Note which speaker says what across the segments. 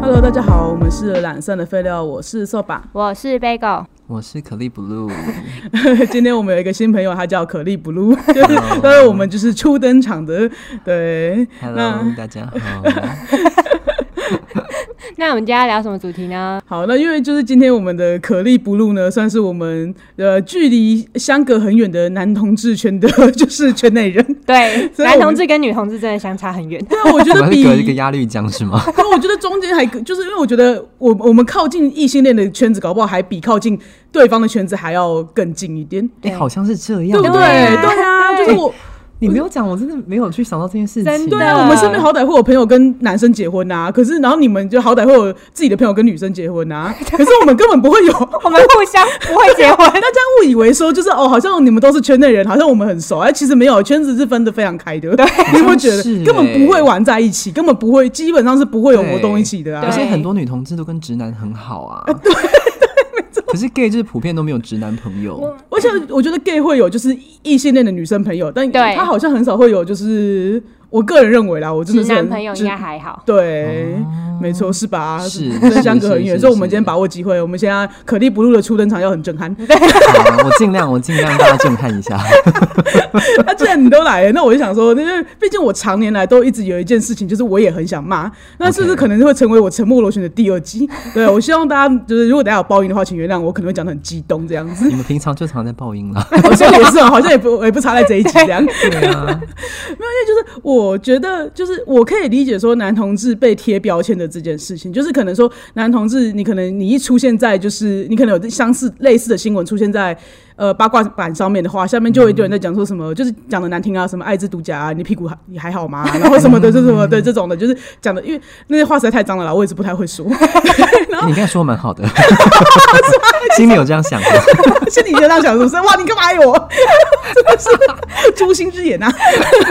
Speaker 1: Hello，大家好，我们是懒散的废料，我是扫把。
Speaker 2: 我是 Bagel，
Speaker 3: 我是可丽 blue，
Speaker 1: 今天我们有一个新朋友，他叫可丽 blue，就是他是我们就是初登场的，对，
Speaker 3: Hello，大家 好。
Speaker 2: 那我们今天要聊什么主题呢？
Speaker 1: 好，那因为就是今天我们的可丽 blue 呢，算是我们呃距离相隔很远的男同志圈的， 就是圈内人。
Speaker 2: 对，
Speaker 1: 所以我们
Speaker 2: 男同志跟女同志真的相差很远。
Speaker 1: 对啊，我觉
Speaker 3: 我
Speaker 1: 得
Speaker 3: 们
Speaker 1: 比
Speaker 3: 是隔一个压力江是吗？
Speaker 1: 可我觉得中间还就是因为我觉得我我们靠近异性恋的圈子，搞不好还比靠近对方的圈子还要更近一点，
Speaker 3: 哎、好像是这
Speaker 1: 对
Speaker 3: 样。
Speaker 1: 不对？
Speaker 2: 啊
Speaker 1: 对啊，就是我
Speaker 3: 你没有讲，我真的没有去想到这件事情。
Speaker 2: 真的
Speaker 1: 对啊，我们身
Speaker 2: 嗯
Speaker 1: 边好歹会有朋友跟男生结婚呐、可是然后你们就好歹会有自己的朋友跟女生结婚 呐、可是我们根本不会有。哎
Speaker 2: 我们互相不会结婚，
Speaker 1: 大家误以为说就是哦，好像你们都是圈内人，好像我们很熟，哎，其实没有，圈子是分得非常开的。对， 你有没有觉得
Speaker 3: 好像是
Speaker 1: 根本不会
Speaker 3: 哎
Speaker 1: 玩在一起，根本不会，基本上是不会有活动一起的
Speaker 3: 而
Speaker 1: 啊。
Speaker 3: 且
Speaker 2: 对
Speaker 3: 很多女同志都跟直男很好啊。对可是 gay 就是普遍都没有直男朋友，
Speaker 1: 而且我觉得 gay 会有就是异性恋的女生朋友，但
Speaker 2: 对
Speaker 1: 他好像很少会有就是我个人认为啦，我真的
Speaker 2: 直
Speaker 1: 是很
Speaker 2: 男朋友应该还好。
Speaker 1: 对，没错，是吧？
Speaker 3: 哦是
Speaker 1: 真的
Speaker 3: 是
Speaker 1: 相隔很
Speaker 3: 是
Speaker 1: 远，
Speaker 3: 是
Speaker 1: 所以我们
Speaker 3: 是
Speaker 1: 今天把握机会，我们现在可丽不露的初登场要很震撼。
Speaker 3: 好啊我尽量我尽量大家震撼一 下。
Speaker 1: 那啊既然你都来了，那我就想说，因为毕竟我常年来都一直有一件事情，就是我也很想骂，那是不是
Speaker 3: OK
Speaker 1: 可能会成为我沉默螺旋的第二集？对我希望大家就是如果大家有报应的话，请原谅我，可能会讲的很激动这样子。
Speaker 3: 你们平常就常在报音了，
Speaker 1: 好像也是哦，好像也不也不差在这一集这样。
Speaker 3: 对啊，
Speaker 1: 我觉得就是我可以理解说男同志被贴标签的这件事情，就是可能说男同志，你可能你一出现在就是你可能有相似类似的新闻出现在呃八卦版上面的话，下面就有一堆人在讲说什么，就是讲的难听啊，什么艾滋毒甲啊，你屁股还 你还好吗？然后什么的，就什么对这种的，就是讲的，因为那些话实在太脏了啦，我也是不太会说。
Speaker 3: 你刚才说得蛮好的，心里有这样想的，
Speaker 1: 心里就这样想，是不是？哇，你干嘛爱我？ 真的是 诛心之言啊！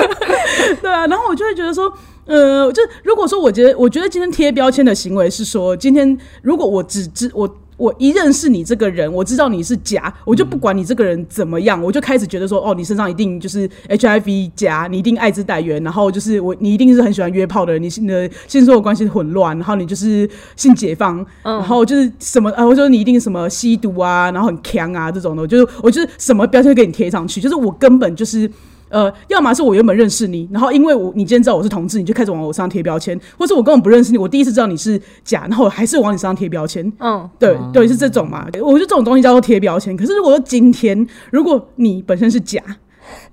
Speaker 1: 对啊，然后我就会觉得说。呃，就如果说我觉得，我觉得今天贴标签的行为是说，今天如果我只知我我一认识你这个人，我知道你是假，我就不管你这个人怎么样，我就开始觉得说，哦，你身上一定就是 HIV 假，你一定艾滋带源，然后就是我你一定是很喜欢约炮的人，你你的性生活关系混乱，然后你就是性解放，然后就是什么啊，我说你一定什么吸毒啊，然后很强啊这种的，我就是我就是什么标签都给你贴上去，就是我根本就是。呃，要么是我原本认识你，然后因为我你今天知道我是同志，你就开始往我身上贴标签，或是我根本不认识你，我第一次知道你是假，然后我还是往你身上贴标签，
Speaker 2: 嗯，
Speaker 1: 对对，是这种嘛？我觉得这种东西叫做贴标签。可是如果说今天如果你本身是假，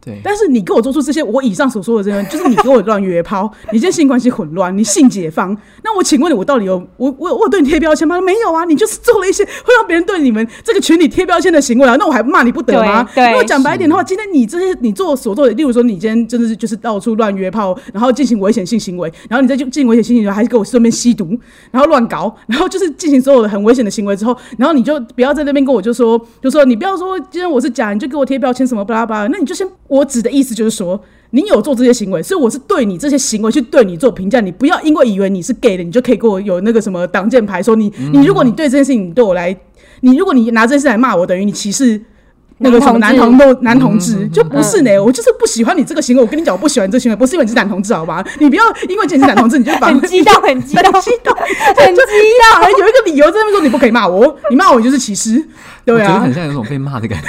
Speaker 3: 对，
Speaker 1: 但是你给我做出这些我以上所说的这些，就是你给我乱约炮，你这性关系混乱，你性解放，那我请问你，我到底有我我我有对你贴标签吗？没有啊，你就是做了一些会让别人对你们这个群体贴标签的行为啊，那我还骂你不得吗？
Speaker 2: 对对
Speaker 1: 如果讲白一点的话，今天你这些你做所做的，例如说你今天真的是就是到处乱约炮，然后进行危险性行为，然后你再去进行危险性行为，还是给我顺便吸毒，然后乱搞，然后就是进行所有的很危险的行为之后，然后你就不要在那边跟我就说，就说你不要说今天我是假，你就给我贴标签什么巴拉巴拉，那你就先我指的意思就是说。你有做这些行为，所以我是对你这些行为去对你做评价。你不要因为以为你是 gay 的，你就可以给我有那个什么挡箭牌，说你你如果你对这件事情你对我来，你如果你拿这件事来骂我，等于你歧视那个什么男
Speaker 2: 男同志
Speaker 1: 同都男同
Speaker 2: 嗯
Speaker 1: 志，就不是呢、我就是不喜欢你这个行为。我跟你讲，我不喜欢你这个行为，不是因为你是男同志，好吧？你不要因为你是男同志，你就把
Speaker 2: 很激动，很激动，
Speaker 1: 激动，
Speaker 2: 很激
Speaker 1: 反而有一个理由在那边说你不可以骂我，你骂我你就是歧视，对
Speaker 3: 我觉得
Speaker 1: 啊
Speaker 3: 很，像有种被骂的感觉。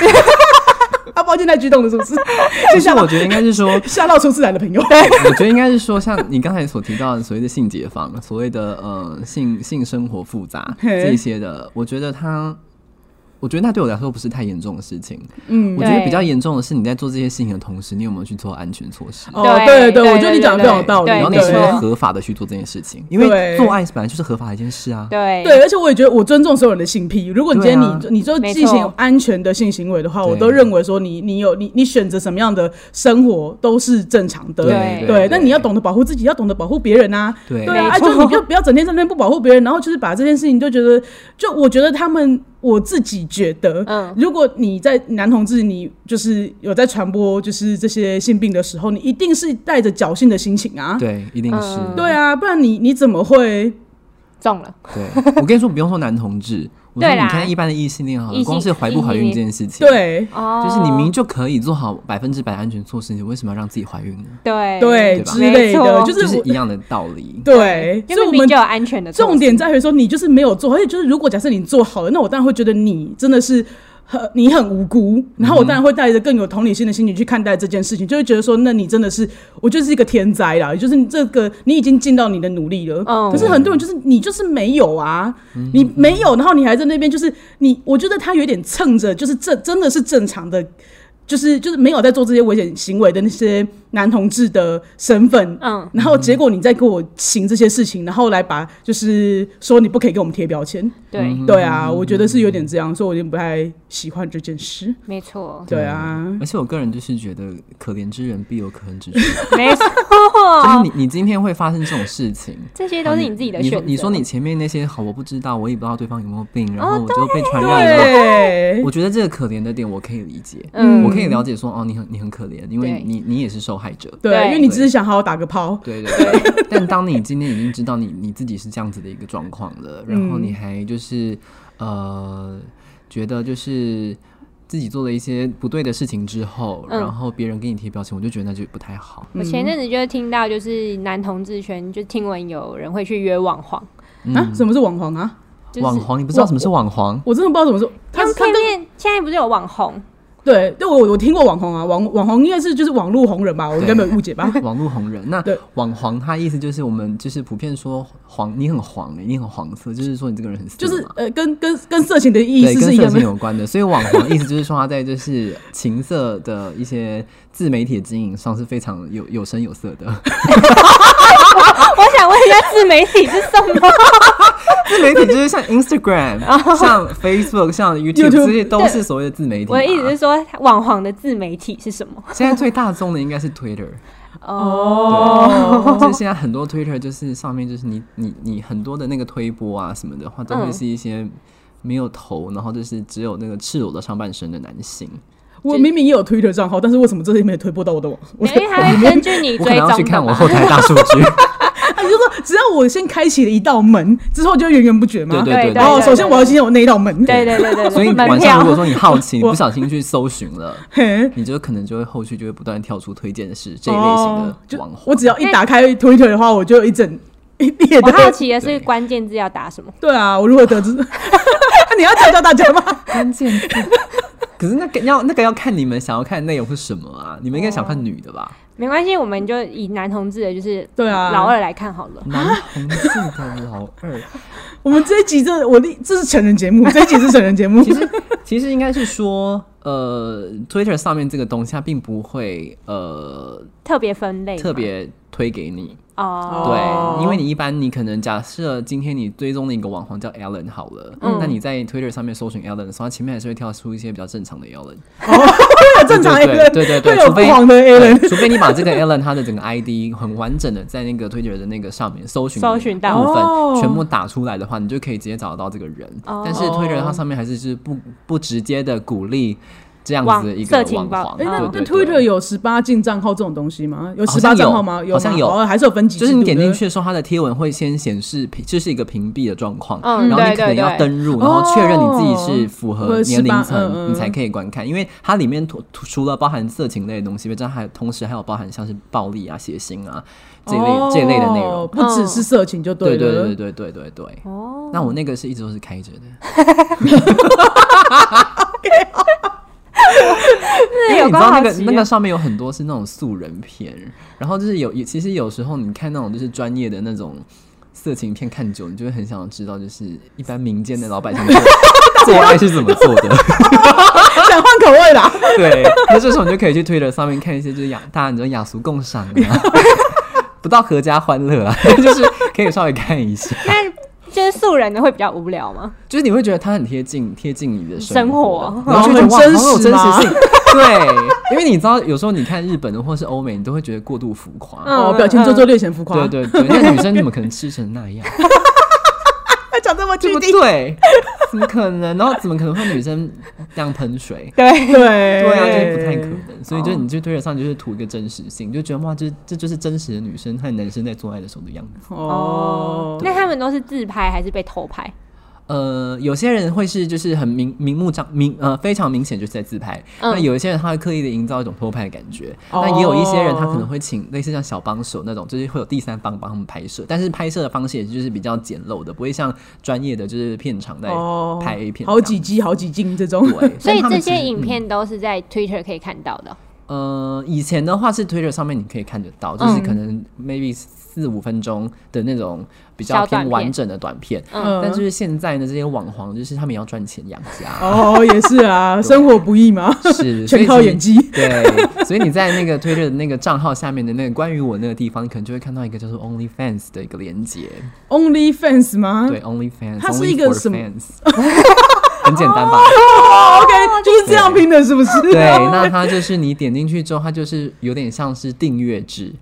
Speaker 1: 他包现在激动的是不是？
Speaker 3: 其
Speaker 1: 就
Speaker 3: 实
Speaker 1: 吓
Speaker 3: 我
Speaker 1: 到
Speaker 3: 觉得应该是说，
Speaker 1: 吓到出自然的朋友，
Speaker 3: 我觉得应该是说，像你刚才所提到的所谓的性解放，所谓的呃性性生活复杂
Speaker 1: 嘿
Speaker 3: 这一些的，我觉得它，我觉得那对我来说不是太严重的事情。
Speaker 1: 嗯
Speaker 3: 我觉得
Speaker 2: 对
Speaker 3: 比较严重的是你在做这些事情的同时，你有没有去做安全措施？
Speaker 1: 哦，对
Speaker 2: 对
Speaker 1: 对，
Speaker 2: 对
Speaker 1: 我觉得你
Speaker 2: 对
Speaker 1: 讲的非常有道理，
Speaker 2: 对
Speaker 3: 然后你
Speaker 2: 对
Speaker 3: 是
Speaker 2: 没错
Speaker 3: 合法的去做这件事情，因为
Speaker 1: 对
Speaker 3: 做爱本来就是合法的一件事啊。
Speaker 2: 对
Speaker 1: 对，而且我也觉得我尊重所有人的性癖。如果你今天你、
Speaker 3: 对啊
Speaker 1: 你就
Speaker 2: 没
Speaker 1: 进行
Speaker 2: 错
Speaker 1: 安全的性行为的话，
Speaker 3: 对啊
Speaker 1: 我都认为说你你有你你选择什么样的生活都是正常的。
Speaker 2: 对
Speaker 1: 对，但你要懂得保护自己，要懂得保护别人啊。
Speaker 3: 对
Speaker 1: 对啊，
Speaker 2: 没
Speaker 1: 啊就
Speaker 2: 错
Speaker 1: 你就不要整天在那边不保护别人，然后就是把这件事情就觉得，就我觉得他们我自己觉得，
Speaker 2: 嗯
Speaker 1: 如果你在男同志，你就是有在传播就是这些性病的时候，你一定是带着侥幸的心情啊。
Speaker 3: 对，一定是。
Speaker 2: 嗯
Speaker 1: 对啊，不然你你怎么会？
Speaker 2: 中了，
Speaker 3: 对，我跟你说，不用说男同志，我说
Speaker 2: 对
Speaker 3: 你
Speaker 2: 啦
Speaker 3: 看一般的异性恋好
Speaker 2: 异
Speaker 3: 了，
Speaker 2: 性
Speaker 3: 光是怀不怀孕这件事情，，
Speaker 1: 对
Speaker 2: 哦，
Speaker 3: 就是你明明就可以做好百分之百安全措施，你为什么要让自己怀孕呢？
Speaker 2: 对
Speaker 1: 对
Speaker 3: 对吧
Speaker 1: 之类的，
Speaker 2: 没错
Speaker 1: 就是
Speaker 3: 就是
Speaker 1: 我
Speaker 3: 一样的道 理。
Speaker 1: 对，
Speaker 2: 因
Speaker 1: 所以
Speaker 2: 为
Speaker 1: 我
Speaker 2: 明明
Speaker 1: 们
Speaker 2: 就有安全的措施
Speaker 1: 重点在于说你就是没有做，而且就是如果假设你做好了，那我当然会觉得你真的是。很你很无辜，然后我当然会带着更有同理心的心情去看待这件事情，就会觉得说，那你真的是，我就是一个天灾啦，也就是你这个你已经尽到你的努力了，
Speaker 2: 嗯
Speaker 1: 可是很多人就是你就是没有啊，你没有，然后你还在那边就是你，我觉得他有点蹭着，就是这真的是正常的就是就是没有在做这些危险行为的那些男同志的身份，
Speaker 2: 嗯，
Speaker 1: 然后结果你再给我行这些事情，然后来把就是说你不可以给我们贴标签，
Speaker 2: 对，
Speaker 3: 嗯
Speaker 1: 对啊，我觉得是有点这样，所以我有点不太喜欢这件事，
Speaker 3: 嗯
Speaker 2: 没错，
Speaker 1: 对啊，
Speaker 3: 而且我个人就是觉得，可怜之人必有可恨之处，就
Speaker 2: 没错，
Speaker 3: 是你你今天会发生这种事情，
Speaker 2: 哦
Speaker 3: 哦
Speaker 2: 这些都是你自己的选择。
Speaker 3: 你你说你前面那些好，我不知道，我也不知道对方有没有病，然后
Speaker 2: 哦
Speaker 3: 我就被传染了。
Speaker 1: 对
Speaker 3: 我觉得这个可怜的点我可以理解，
Speaker 2: 嗯
Speaker 3: 我可以了解说哦，你很你很可怜，因为
Speaker 2: 对
Speaker 3: 你你也是受害者。
Speaker 1: 对，
Speaker 2: 对
Speaker 1: 因为你只是想好好打个炮，
Speaker 3: 对对对， 但当你今天已经知道你你自己是这样子的一个状况了，然后
Speaker 1: 嗯
Speaker 3: 你还就是、呃，觉得就是自己做了一些不对的事情之后，
Speaker 2: 嗯
Speaker 3: 然后别人给你贴标签，我就觉得那就不太好。
Speaker 2: 我前阵子就听到，就是男同志圈就听闻有人会去约网黄，
Speaker 3: 嗯
Speaker 1: 啊，什么是网黄啊？
Speaker 2: 就是
Speaker 3: 网黄，你不知道什么是 网黄？
Speaker 1: 我真的不知道怎么说，
Speaker 2: 他
Speaker 1: 他
Speaker 2: 们
Speaker 1: 他
Speaker 2: 片
Speaker 1: 跟
Speaker 2: 面现在不是有网红，
Speaker 1: 对，对我我听过网红啊，网网红应该是就是网络红人吧，我应该没有误解 吧？
Speaker 3: 网络红人，那
Speaker 1: 对
Speaker 3: 网黄，它意思就是我们就是普遍说黄，你很黄欸你很黄色，就是说你这个人很色
Speaker 1: 就是
Speaker 3: 嘛
Speaker 1: 呃，跟跟跟色情的意
Speaker 3: 对
Speaker 1: 思是
Speaker 3: 跟
Speaker 1: 一
Speaker 3: 色
Speaker 1: 样
Speaker 3: 情
Speaker 1: 的，
Speaker 3: 有关的，所以网黄意思就是说他在就是情色的一些自媒体的经营上是非常有有声有色的。
Speaker 2: 我想问一下自媒体是什么？
Speaker 3: 自媒体就是像 Instagram、像 Facebook、像 YouTube，
Speaker 1: YouTube
Speaker 3: 这些都是所谓的自媒体嘛。
Speaker 2: 我的意思是说，网黄的自媒体是什么？
Speaker 3: 现在最大宗的应该是 Twitter，
Speaker 1: 哦
Speaker 3: 对，就是现在很多 Twitter 就是上面就是你你你很多的那个推播啊什么的话，都会
Speaker 2: 嗯
Speaker 3: 是一些没有头，然后就是只有那个赤裸的上半身的男性。
Speaker 1: 我明明也有 Twitter 账号，但是为什么这些没有推播到我的网？我
Speaker 3: 哎
Speaker 2: 因为它会根据你
Speaker 3: 我可
Speaker 2: 追
Speaker 3: 能要去
Speaker 2: 踪的
Speaker 3: 看我
Speaker 2: 嘛。
Speaker 3: 后台大数据。
Speaker 1: 他就说，只要我先开启了一道门，之后就源源不绝嘛。
Speaker 3: 对对哦
Speaker 2: 对
Speaker 1: 然后首先我要先有那一道门。
Speaker 2: 对对对对，
Speaker 3: 所以
Speaker 2: 对
Speaker 3: 你
Speaker 2: 门
Speaker 3: 晚
Speaker 2: 票
Speaker 3: 上如果说你好 奇，你
Speaker 1: 我
Speaker 3: 不小心去搜寻了，
Speaker 1: 嘿。
Speaker 3: 你就可能就会后续就会不断跳出推荐的是这一类
Speaker 1: 哦
Speaker 3: 型的
Speaker 1: 就
Speaker 3: 网红。
Speaker 1: 我只要一打开 Twitter 的话，我就有一整一列
Speaker 2: 我好
Speaker 1: 的。
Speaker 2: 奇的是
Speaker 3: 对
Speaker 2: 关键字要打什么？
Speaker 1: 对 啊，我如何得知？ 你要教教大家 吗？
Speaker 3: 关键字。可是那个要那个要看你们想要看的内容是什么啊？你们应该想看女的吧？
Speaker 2: 没关系，我们就以男同志的，就是
Speaker 1: 对啊
Speaker 2: 老二来看好了。
Speaker 3: 男同志的老二，
Speaker 1: 我们这一集这我的这是成人节 目，这一集是成人节目。
Speaker 3: 其实其实应该是说，呃，Twitter 上面这个东西它并不会呃
Speaker 2: 特别分类吗，
Speaker 3: 特别推给你，
Speaker 2: 哦，
Speaker 1: 哦
Speaker 3: 对，因为你一般你可能假设今天你追踪的一个网红叫 Alan 好了，
Speaker 1: 嗯
Speaker 3: 那你在 Twitter 上面搜寻 Alan 的时候，它前面还是会跳出一些比较正常的 Alan，
Speaker 1: 会哦 有正常 A
Speaker 3: 对对
Speaker 1: n
Speaker 3: 对对
Speaker 1: 会
Speaker 3: 对，
Speaker 1: 有
Speaker 3: 除
Speaker 1: 不
Speaker 3: 非
Speaker 1: 黄的 A
Speaker 3: 对
Speaker 1: n
Speaker 3: 除非你把这个 Alan 他的整个 ID 很完整的在那个 Twitter 的那个上面搜寻
Speaker 2: 搜寻到
Speaker 3: 部
Speaker 1: 哦
Speaker 3: 分全部打出来的话，你就可以直接找得到这个人。
Speaker 2: 哦
Speaker 3: 但是 Twitter 它上面还是是不不直接的鼓励这样子的一
Speaker 2: 网色
Speaker 3: 个
Speaker 2: 情
Speaker 3: 网
Speaker 2: 报
Speaker 3: 黄。
Speaker 1: 哎，那那
Speaker 3: 对对
Speaker 1: Twitter
Speaker 3: 对
Speaker 1: 有十八禁账号这种东西吗？有
Speaker 3: 好
Speaker 1: 十
Speaker 3: 像
Speaker 1: 八
Speaker 3: 有
Speaker 1: 账号吗？
Speaker 3: 好
Speaker 1: 吗
Speaker 3: 像有
Speaker 1: 哦还是有分级制
Speaker 3: 嗯
Speaker 1: 度的？
Speaker 3: 就是你点进去的时候，它的贴文会先显示屏，就是一个屏蔽的状况，
Speaker 2: 嗯
Speaker 3: 然后
Speaker 2: 对
Speaker 3: 你可
Speaker 2: 对
Speaker 3: 能要
Speaker 2: 对
Speaker 3: 登入，然后确认你自己
Speaker 1: 哦
Speaker 3: 是符
Speaker 1: 或
Speaker 3: 合
Speaker 1: 者
Speaker 3: 年
Speaker 1: 18
Speaker 3: 龄层，
Speaker 1: 嗯嗯
Speaker 3: 你才可以观看，因为它里面除除了包含色情类的东西，这还同时还有包含像是暴力啊、血腥啊这类、这类的内
Speaker 1: 哦
Speaker 3: 容。
Speaker 1: 不只是色情就
Speaker 3: 对
Speaker 1: 了。
Speaker 3: 对对对对对对。
Speaker 2: 哦，
Speaker 3: 那我那个是一直都是开着的，
Speaker 2: 是
Speaker 3: 因为
Speaker 2: 有
Speaker 3: 你知
Speaker 2: 关
Speaker 3: 道那
Speaker 2: 好
Speaker 3: 个
Speaker 2: 奇
Speaker 3: 那
Speaker 2: 耶
Speaker 3: 个上面有很多是那种素人片，然后就是有有其实有时候你看那种就是专业的那种色情片看久，你就会很想知道就是一般民间的老百姓做做爱是怎么做的。
Speaker 1: 想换口味 啦。
Speaker 3: 对，那这时候你就可以去推特上面看一些就是雅大家你知道雅俗共赏啊， 不到合家欢乐啊， 就是可以稍微看一下，
Speaker 2: 那就是素人的会比较无聊吗？
Speaker 3: 就是你会觉得它很贴近贴近你的
Speaker 2: 生
Speaker 3: 活
Speaker 2: 活，
Speaker 3: 然后就觉得
Speaker 1: 然后
Speaker 3: 哇
Speaker 1: 很
Speaker 3: 好
Speaker 1: 真
Speaker 3: 有
Speaker 1: 实
Speaker 3: 真实
Speaker 1: 吗
Speaker 3: 性。 对，因为你知道，有时候你看日本的或是欧美，你都会觉得过度浮夸。
Speaker 2: 嗯
Speaker 1: 哦，表情做做略显浮夸。
Speaker 3: 对对对，那女生怎么可能吃成那样？
Speaker 1: 哎，讲这么
Speaker 3: 对
Speaker 1: 具
Speaker 3: 不
Speaker 1: 体，
Speaker 3: 对？怎么可能？然后怎么可能会女生这样喷水？
Speaker 1: 对
Speaker 3: 对啊，就
Speaker 1: 对
Speaker 3: 是不太可能。所以就你就推得上，就是图一个真实性，就觉得哇，这这就是真实的女生和男生在做爱的时候的样子。
Speaker 1: 哦。
Speaker 2: 那他们都是自拍还是被偷拍？
Speaker 3: 呃，有些人会是就是很明明目张明呃非常明显就是在自拍，
Speaker 2: 嗯
Speaker 3: 那有一些人他会刻意的营造一种偷拍的感觉，
Speaker 1: 哦
Speaker 3: 那也有一些人他可能会请类似像小帮手那种，就是会有第三方帮他们拍摄，但是拍摄的方式也就是比较简陋的，不会像专业的就是片场在
Speaker 1: 哦，
Speaker 3: 拍 A 片这样、
Speaker 1: 好几集好几斤这种，
Speaker 3: 对，
Speaker 2: 所以
Speaker 3: 他们嗯
Speaker 2: 这
Speaker 3: 其实
Speaker 2: 些影片都是在 Twitter 可以看到的哦。
Speaker 3: 呃，以前的话是 Twitter 上面你可以看得到，
Speaker 1: 嗯
Speaker 3: 就是可能 maybe 四五分钟的那种比较
Speaker 2: 小短
Speaker 3: 偏
Speaker 2: 片
Speaker 3: 完整的短片，
Speaker 1: 嗯
Speaker 3: 但就是现在呢，这些网红就是他们也要赚钱养家，
Speaker 1: 哦，也是 啊，生活不易嘛，
Speaker 3: 是
Speaker 1: 全靠演。技。
Speaker 3: 所以其实对，所以你在那个 Twitter 的那个账号下面的那个关于我那个地方，你可能就会看到一个叫做 OnlyFans 的一个连接。
Speaker 1: Only fans 吗？
Speaker 3: 对，OnlyFans，
Speaker 1: 嗯它是一个
Speaker 3: Only for
Speaker 1: 什么
Speaker 3: fans 很简单 吧？
Speaker 1: 哦，OK，就是这样拼的，是不是？
Speaker 3: 对，那它就是你点进去之后，它就是有点像是订阅制。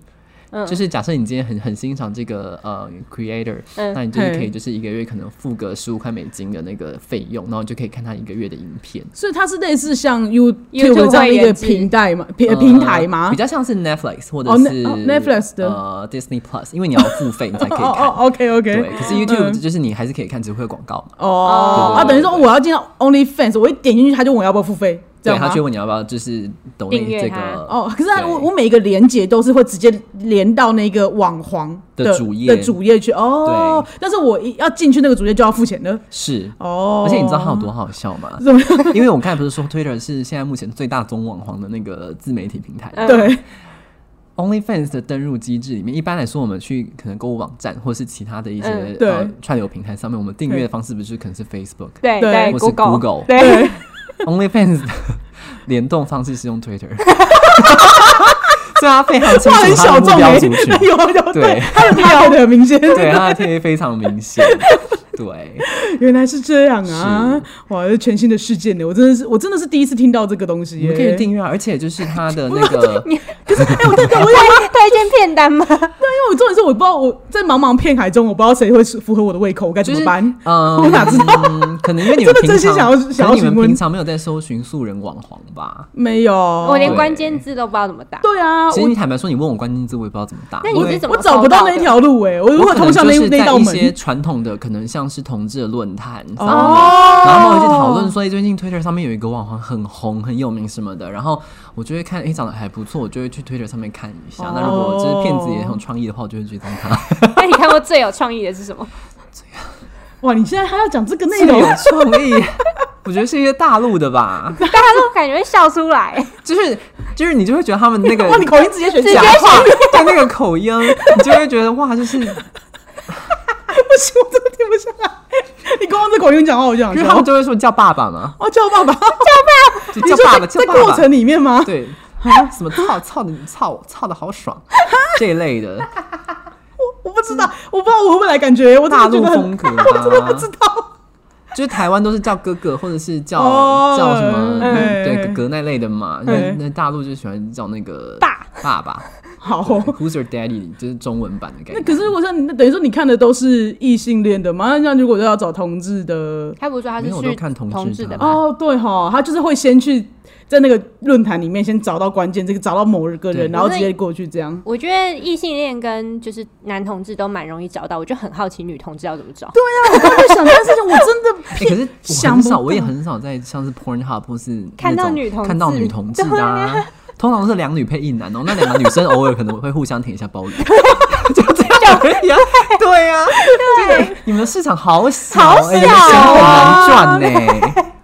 Speaker 2: 嗯
Speaker 3: 就是假设你今天很很欣赏这个呃 creator，、
Speaker 2: 嗯
Speaker 3: 那你就是可
Speaker 1: 嘿
Speaker 3: 以就是一个月可能付个十五块美金的那个费用，然后你就可以看他一个月的影片。
Speaker 1: 所以它是类似像 YouTube
Speaker 2: YouTube
Speaker 1: 这样的一
Speaker 2: 会
Speaker 1: 个
Speaker 2: 员制
Speaker 1: 平台嘛，
Speaker 3: 呃
Speaker 1: 平平台吗
Speaker 3: 比？较像是 Netflix 或者
Speaker 1: 哦
Speaker 3: 是、
Speaker 1: ，Ne- 哦，Netflix 的
Speaker 3: 呃 Disney Plus，因为你要付费你才可以
Speaker 1: 哦
Speaker 3: 看。
Speaker 1: 哦，OK OK。嗯
Speaker 3: 对，可是 YouTube 就是你还是可以看，只会有广告嘛。
Speaker 1: 哦，啊，
Speaker 3: 对
Speaker 1: 等
Speaker 3: 对对
Speaker 1: 于说我要进到 OnlyFans，我一点进去他就问我要不要付费，这
Speaker 3: 对，
Speaker 1: 样
Speaker 3: 他
Speaker 1: 吗
Speaker 3: 就？会问你要不要就是抖
Speaker 2: 订阅
Speaker 3: 那这
Speaker 2: 它
Speaker 3: 个
Speaker 1: 哦，可是它
Speaker 3: 对
Speaker 1: 我我每一个连接都是会直接连到那个网黄
Speaker 3: 的主页
Speaker 1: 的主页去哦，但是我一要进去那个主页就要付钱的
Speaker 3: 是。
Speaker 1: 哦，
Speaker 3: 而且你知道他有多好笑吗？
Speaker 1: 怎么样？
Speaker 3: 因为我刚才不是说 Twitter 是现在目前最大宗网黄的那个自媒体平台，
Speaker 2: 嗯
Speaker 1: 对，
Speaker 3: OnlyFans 的登入机制里面，一般来说，我们去可能购物网站或是其他的一些、
Speaker 2: 嗯
Speaker 1: 对
Speaker 3: 呃串流平台上面，我们订阅的方式不是可能是 Facebook
Speaker 2: 对
Speaker 1: 对
Speaker 2: 对
Speaker 3: 或是
Speaker 2: Google
Speaker 3: Google
Speaker 2: 对
Speaker 3: OnlyFans 的 联动方式是用 Twitter，所以他非常清
Speaker 1: 哇，
Speaker 3: 楚
Speaker 1: 很
Speaker 3: 他
Speaker 1: 小
Speaker 3: 的
Speaker 1: 众
Speaker 3: 目
Speaker 1: 哎
Speaker 3: 标族 群，，
Speaker 1: 有有
Speaker 3: 对
Speaker 1: 他有他的明显，
Speaker 3: 对他的 T 非常明显，对，
Speaker 1: 原来是这样啊！哇，这全新的世界呢，我真的是我真的是第一次听到这个东西
Speaker 3: 你
Speaker 1: 耶，
Speaker 3: 们可以订阅啊，而且就是他的那个
Speaker 2: 推荐片单 吗？
Speaker 1: 因为我重点是我不知道我在茫茫片海中，我不知道谁会符合我的胃口，我该怎
Speaker 3: 就
Speaker 1: 么
Speaker 3: 是
Speaker 1: 办？
Speaker 3: 嗯，
Speaker 1: 我哪知道
Speaker 3: 嗯可能因为你
Speaker 1: 真的
Speaker 3: 们平
Speaker 1: 真心
Speaker 3: 常
Speaker 1: 想要
Speaker 3: 可
Speaker 1: 想要
Speaker 3: 能你们
Speaker 1: 询问
Speaker 3: 平常没有在搜寻素人网黄吧？
Speaker 1: 没有，
Speaker 2: 我
Speaker 1: 我
Speaker 2: 连
Speaker 3: 对
Speaker 2: 关键字都不知道怎么打。
Speaker 1: 对啊，
Speaker 3: 其实
Speaker 1: 我
Speaker 3: 你坦白说，你问我关键字，我也不知道怎么打。
Speaker 2: 那
Speaker 3: 因
Speaker 2: 你
Speaker 3: 为
Speaker 2: 是怎么
Speaker 1: 我找不到那条路哎、我如
Speaker 3: 我
Speaker 1: 果
Speaker 3: 可
Speaker 1: 通
Speaker 3: 能
Speaker 1: 向
Speaker 3: 就
Speaker 1: 那
Speaker 3: 是
Speaker 1: 那道
Speaker 3: 在一些
Speaker 1: 门，
Speaker 3: 传统的，可能像是同志的论坛上面，
Speaker 1: 哦
Speaker 3: 然后他们会去讨论说，哎，最近 Twitter 上面有一个网红很红、很有名什么的，然后我就会看，哎，长得还不错，我就会去 Twitter 上面看一
Speaker 1: 哦
Speaker 3: 下。那如果就是骗子也很有创意的话，我就会追踪他。
Speaker 2: 那你看过最有创意的是什 么？
Speaker 1: 哇，你现在还要讲这个内
Speaker 3: 这么
Speaker 1: 容
Speaker 3: 有，创意，我觉得是一些大陆的吧，
Speaker 2: 大家都感觉会笑出来。
Speaker 3: 就是就是你就会觉得他们那个
Speaker 1: 哇，你口音直接选
Speaker 2: 直
Speaker 1: 假
Speaker 2: 接
Speaker 3: 讲话对那个口音，你就会觉得哇，就是
Speaker 1: 不行，我真的听不下来。你光这口音讲话，我就想
Speaker 3: 因为他
Speaker 1: 笑
Speaker 3: 们。就会说你叫爸爸嘛，
Speaker 1: 哦，叫爸爸，
Speaker 3: 就
Speaker 1: 你
Speaker 3: 叫
Speaker 1: 说
Speaker 3: 爸
Speaker 1: 在
Speaker 3: 爸，叫
Speaker 1: 在
Speaker 3: 爸
Speaker 1: 过
Speaker 3: 爸。
Speaker 1: 程里面吗？
Speaker 3: 对啊，什么操操的操操的好爽这一 类的
Speaker 1: 我不知道，我不知道我会不会来感觉，我真
Speaker 3: 大
Speaker 1: 的觉
Speaker 3: 陆
Speaker 1: 得
Speaker 3: 风
Speaker 1: 很，
Speaker 3: 格
Speaker 1: 我真的 不
Speaker 3: 啊
Speaker 1: 知，道。
Speaker 3: 就是台湾都是叫哥哥或者是叫
Speaker 1: 哦
Speaker 3: 叫什么嗯
Speaker 1: 哎
Speaker 3: 对哥哥那类的嘛，那
Speaker 1: 哎
Speaker 3: 那大陆就喜欢叫那个
Speaker 2: 爸
Speaker 3: 爸爸
Speaker 1: 好，
Speaker 3: 对，Who's your daddy 就是中文版的
Speaker 1: 那
Speaker 3: 概念。
Speaker 1: 可是如果像你，那等于说你看的都是异性恋的嘛？那这样如果要找同志的，
Speaker 2: 他不是说他
Speaker 3: 没
Speaker 2: 是
Speaker 3: 有我
Speaker 2: 去
Speaker 3: 都看同志
Speaker 2: 同志
Speaker 3: 的
Speaker 2: 的
Speaker 3: 啊
Speaker 2: 吧？
Speaker 1: 哦，对哈，他就是会先去在那个论坛里面先找到关键这个，找到某一个人，
Speaker 3: 对
Speaker 1: 然后直接过去这样。
Speaker 2: 我觉得异性恋跟就是男同志都蛮容易找到，我就很好奇女同志要怎么找。
Speaker 1: 我刚才想这件事情，我真 的
Speaker 3: 欸、可是我
Speaker 1: 想
Speaker 3: 很
Speaker 1: 不
Speaker 3: 少，我也
Speaker 1: 到
Speaker 3: 很少在像是 Pornhub 或是那
Speaker 2: 看到
Speaker 3: 种
Speaker 2: 女同
Speaker 3: 看到
Speaker 2: 志
Speaker 3: 女同志
Speaker 2: 对
Speaker 3: 的、啊， 通常都是两女配一男哦。那两个女生偶尔可能会互相舔一下包里，就这样而已啊。 对呀、啊，对，你们的市场好小，
Speaker 2: 好
Speaker 3: 欸你们
Speaker 2: 小
Speaker 3: 钱很难
Speaker 2: 啊
Speaker 3: 赚呢、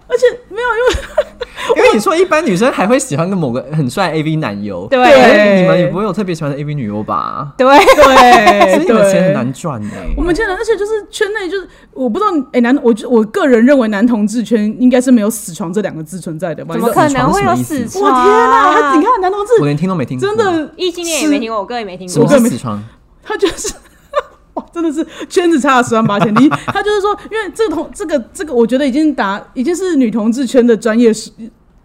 Speaker 1: 而且没有，因为
Speaker 3: 因为你说一般女生还会喜欢跟某个很帅 AV 男优，
Speaker 2: 对
Speaker 3: 可是你们也不会有特别喜欢的 AV 女优吧？
Speaker 2: 对，
Speaker 3: 所
Speaker 1: 对
Speaker 3: 以你们钱很
Speaker 1: 对。
Speaker 3: 难赚欸呢、
Speaker 1: 我们圈人，而且就是圈内，就是我不知道，哎、男，我觉我个人认为男同志圈应该是没有“死床”这两个字存在的吧？
Speaker 2: 怎
Speaker 1: 你
Speaker 2: 么
Speaker 1: 知道
Speaker 2: 可能会有啊死
Speaker 1: 我
Speaker 2: 床？
Speaker 1: 天哪、他你看男同
Speaker 3: 我
Speaker 1: 志
Speaker 3: 连听都没听过，
Speaker 1: 真的，
Speaker 2: 异性恋也没听过，我哥也没听
Speaker 3: 什
Speaker 2: 过
Speaker 3: 么。是死床？
Speaker 1: 他就是。 哇，真的是圈子差了十万八千里。他就是说，因为这个同这个这个，我觉得已经达已经是女同志圈的专业术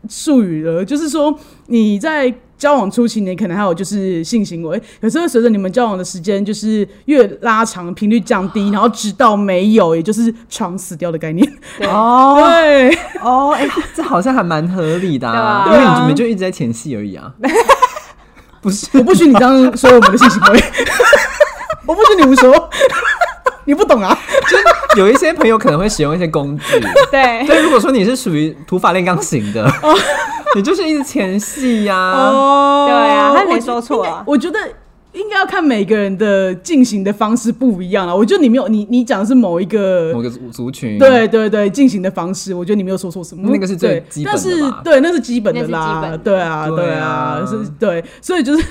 Speaker 1: 术语了。就是说，你在交往初期，你可能还有就是性行为，可是会随着你们交往的时间就是越拉长，频率降 低，然后直到没有，也就是床死掉的概念。
Speaker 2: 对
Speaker 3: 哦
Speaker 1: 对，
Speaker 3: 哦，哎，这好像还蛮合理的啊，因
Speaker 2: 对
Speaker 1: 啊
Speaker 3: 为你们就一直在前戏而 已啊。不是，
Speaker 1: 我不许你这样说我们的性行 为，我不许你胡说， 你不懂啊。
Speaker 3: 有一些朋友可能会使用一些工具。
Speaker 2: 对，
Speaker 3: 但如果说你是属于土法炼钢型的， 你就是一直前戏呀、
Speaker 1: 哦
Speaker 2: 对 啊他
Speaker 1: 我
Speaker 2: 没
Speaker 1: 觉
Speaker 2: 说错啊
Speaker 1: 应该我觉得应该要看每个人的进行的方式不一样了。我觉得你没有，你你讲的是某一个。
Speaker 3: 某个族族群。
Speaker 1: 对对对，进行的方式，我觉得你没有说错什么，
Speaker 3: 那个是最
Speaker 1: 对
Speaker 3: 基本的
Speaker 1: 那是
Speaker 3: 吧
Speaker 1: 对，那是基本的
Speaker 2: 那是
Speaker 1: 啦，
Speaker 2: 基本的
Speaker 1: 对啊，
Speaker 3: 对
Speaker 1: 对
Speaker 3: 啊
Speaker 1: 啊，是，对，所以就是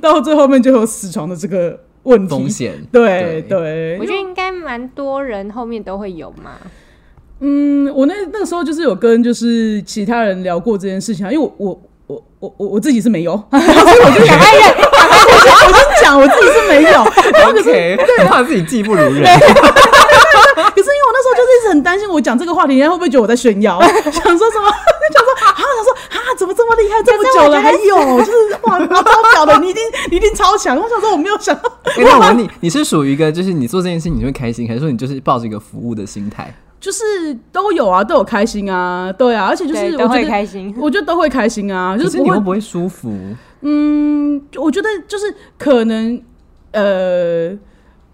Speaker 1: 到最后面就有死床的这个问题
Speaker 3: 风，险，
Speaker 1: 对
Speaker 3: 对
Speaker 1: 对，
Speaker 2: 我觉得应该蛮多人后面都会有嘛。
Speaker 1: 嗯，我那那个时候就是有跟就是其他人聊过这件事情啊，因为我我我我我我自己是 没有，所以我就想哎呀，我先我先讲我自己是没有，然后可是
Speaker 3: OK，怕自己技不 如人，哎
Speaker 1: 可是因为我那时候就是一直很担心，我讲这个话题，人家会不会觉得我在炫耀？ 想说什么？就想说啊，想说啊，怎么这么厉害？这么久了还有， 就是哇，超屌的，你一定你一定超强。我想说我没有想 到，
Speaker 3: 哎、那我问你，你是属于一个就是你做这件事情你会开心，还是说你就是抱着一个服务的心态？
Speaker 1: 就是都有啊，都有开心啊，对啊，而且就是
Speaker 2: 对，
Speaker 1: 我
Speaker 2: 都
Speaker 1: 觉
Speaker 2: 会
Speaker 1: 得。
Speaker 2: 开心。
Speaker 1: 我觉得都会开心啊，就
Speaker 3: 可
Speaker 1: 是
Speaker 3: 是
Speaker 1: 不
Speaker 3: 你
Speaker 1: 会
Speaker 3: 会不会舒服？
Speaker 1: 嗯，我觉得就是可能，呃，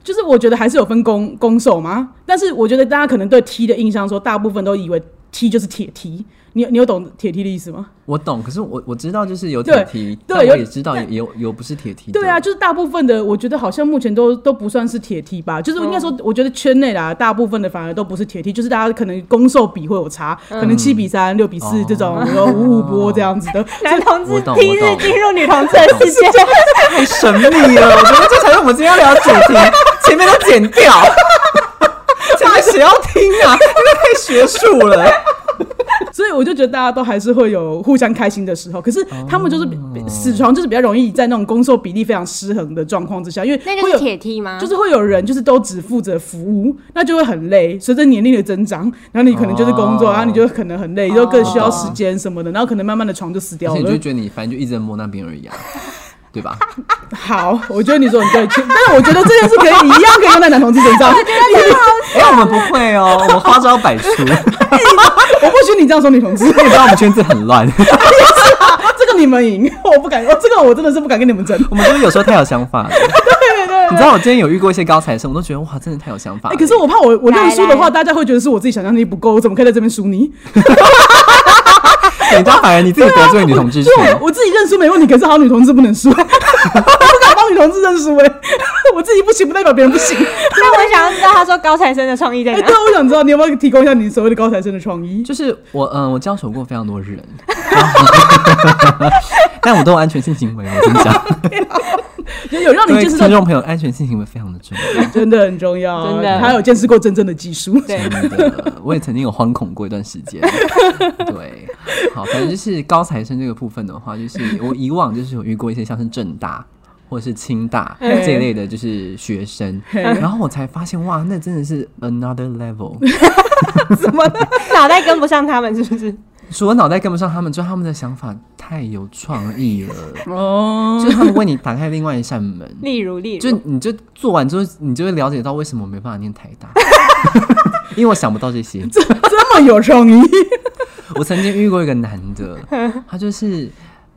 Speaker 1: 就是我觉得还是有分攻攻守嘛。但是我觉得大家可能对踢的印象说，大部分都以为踢就是铁踢。你有你有懂铁踢的意思吗？
Speaker 3: 我懂，可是我我知道就是有
Speaker 1: 对
Speaker 3: 铁蹄，
Speaker 1: 对
Speaker 3: 但
Speaker 1: 有
Speaker 3: 我也知道也有有不是铁蹄的。
Speaker 1: 对啊，，就是大部分的，我觉得好像目前都都不算是铁踢吧。就是应该说，
Speaker 3: 哦
Speaker 1: 我觉得圈内啦，大部分的反而都不是铁踢，就是大家可能攻受比会有差，可能七比三、六比四
Speaker 3: 嗯哦
Speaker 1: 这种，然后五五波这样子 的。
Speaker 2: 男同志
Speaker 3: 我懂
Speaker 2: 第一
Speaker 3: 我
Speaker 2: 次
Speaker 3: 懂
Speaker 2: 进入女同志的世界，
Speaker 3: 太神秘了，我觉得这才是我们今天要聊的主题，前面都剪掉。前面谁要听啊？这个太学术了。
Speaker 1: 所以我就觉得大家都还是会有互相开心的时候，可是
Speaker 3: 哦
Speaker 1: 他们就是比比死床，就是比较容易在那种攻受比例非常失衡的状况之下，因为
Speaker 2: 那就
Speaker 1: 会
Speaker 2: 是
Speaker 1: 有。
Speaker 2: 铁啊梯吗？
Speaker 1: 就是会有人就是都只负责服务，那就会很累。随着年龄的增长，然后你可能就是工作，
Speaker 3: 哦
Speaker 1: 然后你就可能很累，
Speaker 2: 哦
Speaker 1: 就更需要时间什么的，然后可能慢慢的床就死
Speaker 3: 而
Speaker 1: 掉
Speaker 3: 且你就
Speaker 1: 了。
Speaker 3: 觉得你反正就一直在摸那边而已啊，对吧？
Speaker 1: 好，我觉得你说很对，其但是我觉得这件事可以一样可以用在男同志身 上。
Speaker 3: 哎、我们不会哦，我们花招百 出。
Speaker 1: 我不许你这样说女同志，
Speaker 3: 你知道我们圈子很 乱，
Speaker 1: 这个你们赢，我不敢，我这个我真的是不敢跟你们争。
Speaker 3: 我们就是有时候太有想法了。你知道我今天有遇过一些高材生，我都觉得哇，真的太有想法
Speaker 1: 哎、
Speaker 3: 了。
Speaker 1: 可是我怕我我认输的
Speaker 2: 来
Speaker 1: 话，
Speaker 2: 来
Speaker 1: 大家会觉得是我自己想象力不够，我怎么可以在这边输你？
Speaker 3: 你知道，反而你自己得罪女同志
Speaker 1: 就
Speaker 3: 圈，
Speaker 1: 我我自己认输没问题，可是好像女同志不能输，我不 敢帮女同志认输哎、我自己不行不代表别人不 行。
Speaker 2: 那我想要知道他说高材生的创意在
Speaker 1: 哎、
Speaker 2: 哪
Speaker 1: 对，？我想知道你有没有提供一下你所谓的高材生的创意？
Speaker 3: 就是我，嗯、我交手过非常多 人，但我都有安全性行为。我跟你讲，
Speaker 1: 有有让
Speaker 3: 各
Speaker 1: 你
Speaker 3: 位
Speaker 1: 见识
Speaker 3: 听
Speaker 1: 到
Speaker 3: 众朋友，安全性行为非常的重要。
Speaker 1: 真的很重要，
Speaker 2: 真的
Speaker 1: 还有见识过真正的技术。
Speaker 2: 对，
Speaker 3: 真的，我也曾经有惶恐过一段时间。对，好，反正就是高材生这个部分的话，就是我以往就是有遇过一些像是正大。或者是清大
Speaker 1: 嗯
Speaker 3: 这一类的，就是学生，
Speaker 1: 嗯
Speaker 3: 然后我才发现，哇，那真的是 another level。
Speaker 2: 怎么了脑袋跟不上他们是不是？
Speaker 3: 除了脑袋跟不上他们之后，他们的想法太有创意了，
Speaker 1: 哦
Speaker 3: 就是他们为你打开另外一扇门。
Speaker 2: 例如，例
Speaker 3: 就
Speaker 2: 如，
Speaker 3: 你就做完之后，你就会了解到为什么我没办法念台大，因为我想不到这些。
Speaker 1: 这么有创意，
Speaker 3: 我曾经遇过一个男的，他就是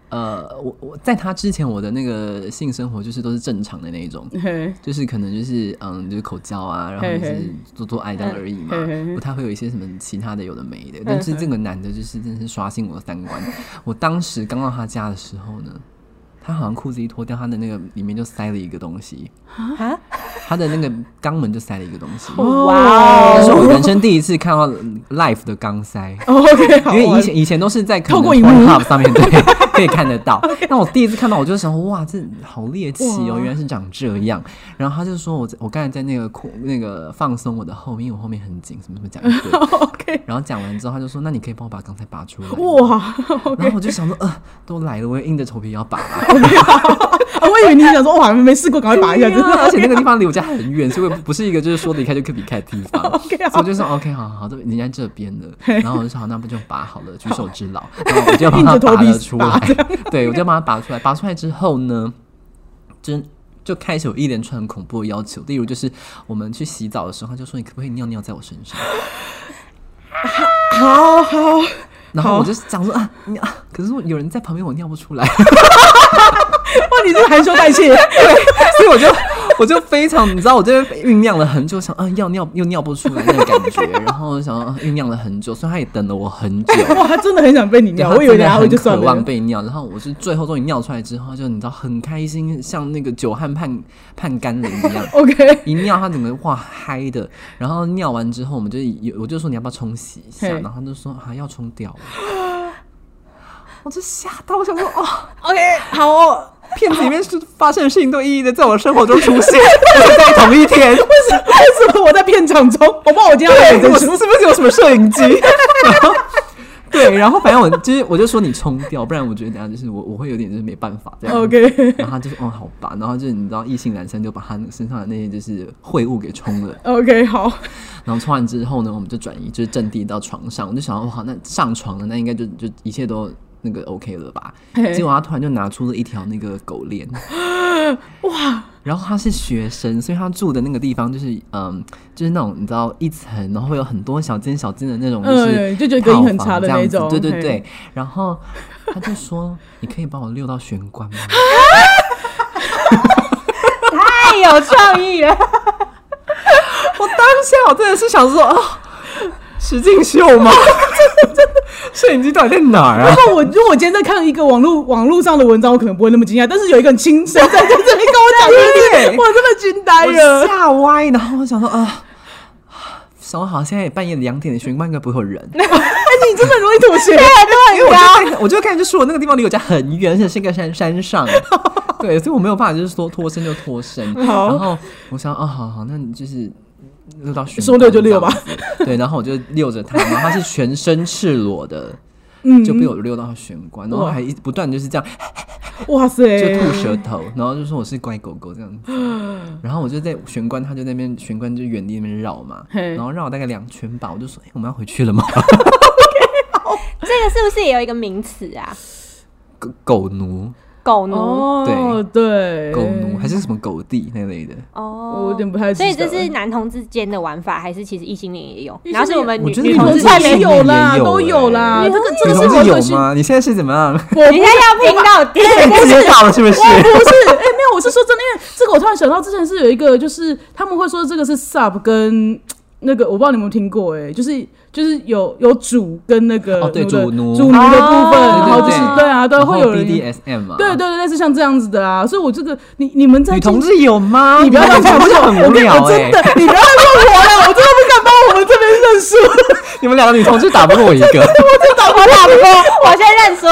Speaker 3: 呃，我我在他之前，我的那个性生活就是都是正常的那一种，
Speaker 1: 嘿
Speaker 3: 就是可能就是嗯，就是口交啊，然后
Speaker 1: 嘿
Speaker 3: 就
Speaker 1: 嘿
Speaker 3: 是做做爱这样而已嘛
Speaker 1: 嘿嘿嘿，
Speaker 3: 不太会有一些什么其他的有的没的。但是这个男的，就是真的是刷新我的三观。我当时刚到他家的时候呢，他好像裤子一脱掉，他的那个里面就塞了一个东西，
Speaker 2: 啊，
Speaker 3: 他的那个肛门就塞了一个东西。
Speaker 2: 哇
Speaker 3: 那是
Speaker 2: 哦，
Speaker 3: 我人生第一次看到 life 的肛塞。
Speaker 1: 哦，OK，好
Speaker 3: 因为以
Speaker 1: 玩。
Speaker 3: 前以前都是在可
Speaker 1: 透
Speaker 3: 能
Speaker 1: 过荧幕
Speaker 3: Pornhub 上面对可以看得到。那我第一次看到，我就想说哇，这好猎奇哦，
Speaker 1: 哇
Speaker 3: 原来是长这样。然后他就说我在我刚才在那个裤那个放松我的后面，因为我后面很紧，什么什么讲一 堆。
Speaker 1: OK，
Speaker 3: 然后讲完之后，他就说那你可以帮我把刚才拔出来吗。
Speaker 1: 哇
Speaker 3: 然后我就想说，呃，都来了，我也硬着头皮要拔啊。
Speaker 1: 我以为你想说哇，没试过，赶快拔一下，真的。
Speaker 3: 而且那个地方离我家很远，所以我不是一个就是说离开就可以离开的地方。
Speaker 1: OK，好
Speaker 3: 所以啊我就说 OK，好好好，都人家这边的。然后我就说好，那不就拔好了，举手之劳。然后我就把
Speaker 1: 硬
Speaker 3: 它
Speaker 1: 着头
Speaker 3: 拔
Speaker 1: 皮
Speaker 3: 了出
Speaker 1: 拔
Speaker 3: 来
Speaker 1: 这，
Speaker 3: 对，我就把它拔出来。拔出来之后呢，真。就开始有一连串很恐怖的要求，例如就是我们去洗澡的时候，他就说你可不可以尿尿在我身 上？
Speaker 1: 好好，
Speaker 3: 然后
Speaker 1: 好
Speaker 3: 我就想说啊，你啊，可是我有人在旁边，我尿不出来，
Speaker 1: 哇，你这含羞带怯，
Speaker 3: 所以我就我就非常，你知道，我这边酝酿了很久，想啊要尿又尿不出来那个感觉，然后想啊酝酿了很久，所以他也等了我很久。
Speaker 1: 哇，他真的很想被你
Speaker 3: 对
Speaker 1: 尿，
Speaker 3: 他
Speaker 1: 我以为
Speaker 3: 真的
Speaker 1: 等下会
Speaker 3: 很
Speaker 1: 就算
Speaker 3: 渴望
Speaker 1: 了。。
Speaker 3: 被尿，然后我是最后终于尿出来之后，就你知道很开心，像那个久旱盼盼甘霖一 样
Speaker 1: OK，
Speaker 3: 一尿，他整个哇嗨的，然后尿完之后，我们就有我就说你要不要冲洗一下，
Speaker 1: 嘿
Speaker 3: 然后他就说啊要冲掉， 我就吓到，我想说哦，
Speaker 1: OK，好、哦，
Speaker 3: 片子里面是发生的事情都一一的在我生活中出现，而且在同一 天。
Speaker 1: 为什为什么我在片场中？我不知道我今天要
Speaker 3: 对，
Speaker 1: 认真
Speaker 3: 我是
Speaker 1: 说
Speaker 3: 不是有什么摄影机？ 然后对，然后反正我就是，我就说你冲掉，不然我觉得等下就是我我会有点就是没办法这样。
Speaker 1: OK
Speaker 3: 然后他就说哦好吧，然后就是你知道意兴阑珊就把他那个身上的那些就是秽物给冲了，
Speaker 1: OK，好，
Speaker 3: 然后冲完之后呢，我们就转移就是阵地到床上，我就想哇那上床了那应该就就一切都那个 OK 了吧
Speaker 1: 嘿？
Speaker 3: 结果他突然就拿出了一条那个狗链，
Speaker 1: 哇，
Speaker 3: 然后他是学生，所以他住的那个地方就是嗯，就是那种你知道一层，然后会有很多小间小间的那种，就是、
Speaker 1: 嗯就觉得隔音很差的那种
Speaker 3: 对对
Speaker 1: 嘿
Speaker 3: 对。然后他就说：“ 你可以帮我溜到玄关吗
Speaker 2: 太有创意了，？”
Speaker 3: 我当下我真的是想说啊，石敬秀吗？ 摄影机到底在哪儿啊
Speaker 1: 然？后我如果我今天在看一个网络网络上的文章，我可能不会那么惊讶，但是有一个人亲身在在这里跟我讲这件
Speaker 3: 对
Speaker 1: 事，我真的惊呆
Speaker 3: 我
Speaker 1: 了。
Speaker 3: 吓歪，然后我想说啊。想说好，现在也半夜两点，玄关应该不会有 人。
Speaker 1: 哎，你真的很容易妥协，
Speaker 3: 因为我就看，我就看，就说我那个地方离我家很远，而且是一个山山 上，对，所以我没有办法，就是说脱身就脱身。
Speaker 1: 好
Speaker 3: 然后我想，哦，好好，那你就是溜到玄
Speaker 1: 说溜就溜吧
Speaker 3: 关这样子。对，然后我就溜着他，然后他是全身赤裸的。
Speaker 1: 嗯
Speaker 3: 就被我溜到玄关，然后
Speaker 1: 哇
Speaker 3: 还一直不断就是这样，
Speaker 1: 哇塞，
Speaker 3: 就吐舌头，然后就说我是乖狗狗这样 子，然后我就在玄关，他就在那边玄关就原地那边绕嘛，
Speaker 1: 嘿
Speaker 3: 然后绕大概两圈吧，我就说，哎、我们要回去了吗？
Speaker 2: 这个是不是也有一个名词啊？
Speaker 3: 狗狗奴、
Speaker 2: 狗奴
Speaker 1: 哦，对，
Speaker 3: 狗奴还是什么狗弟那类的，
Speaker 2: 哦，
Speaker 1: 我有点不太记
Speaker 2: 所
Speaker 1: 得
Speaker 2: 以这是男同志间的玩法，还是其实异性恋也有？
Speaker 1: 异性恋
Speaker 2: 然后是我们
Speaker 3: 我
Speaker 2: 女
Speaker 3: 觉得
Speaker 2: 女
Speaker 3: 女
Speaker 2: 同
Speaker 3: 同
Speaker 2: 志
Speaker 3: 志
Speaker 2: 才
Speaker 3: 还
Speaker 2: 没
Speaker 1: 也
Speaker 3: 没
Speaker 1: 有啦，
Speaker 3: 也有哎
Speaker 1: 都有啦，
Speaker 2: 欸
Speaker 1: 这个这个
Speaker 3: 女同
Speaker 1: 是我
Speaker 3: 志
Speaker 1: 的
Speaker 3: 有
Speaker 1: 讯，
Speaker 3: 吗？你现在是怎么样？
Speaker 1: 我
Speaker 2: 你现在要拼到底，
Speaker 3: 直 接到了是不是？
Speaker 1: 不是，哎、没有，我是说真的，因为这个我突然想到，之前是有一个，就是他们会说这个是 sub 跟那个，我不知道你有没有听过、哎，就是就是有有主跟那个
Speaker 3: 哦对
Speaker 1: 奴的
Speaker 3: 主奴
Speaker 1: 主奴的部分，
Speaker 2: 哦
Speaker 1: 然后就是对啊，对，
Speaker 3: 然后
Speaker 1: 会有人
Speaker 3: BDSM 嘛？
Speaker 1: 对对对，类似像这样子的啊，所以我这个你你们在
Speaker 3: 啊女
Speaker 1: 进
Speaker 3: 同志有吗？
Speaker 1: 你不要这样讲，
Speaker 3: 不是
Speaker 1: 我
Speaker 3: 很无
Speaker 1: 跟
Speaker 3: 聊
Speaker 1: 我
Speaker 3: 哎
Speaker 1: 真的？，你不要再问我了，我真的不敢帮我们这边认输，
Speaker 3: 你们两个女同志打不过我一个，
Speaker 1: 真的，我打不过。
Speaker 2: 我先认输。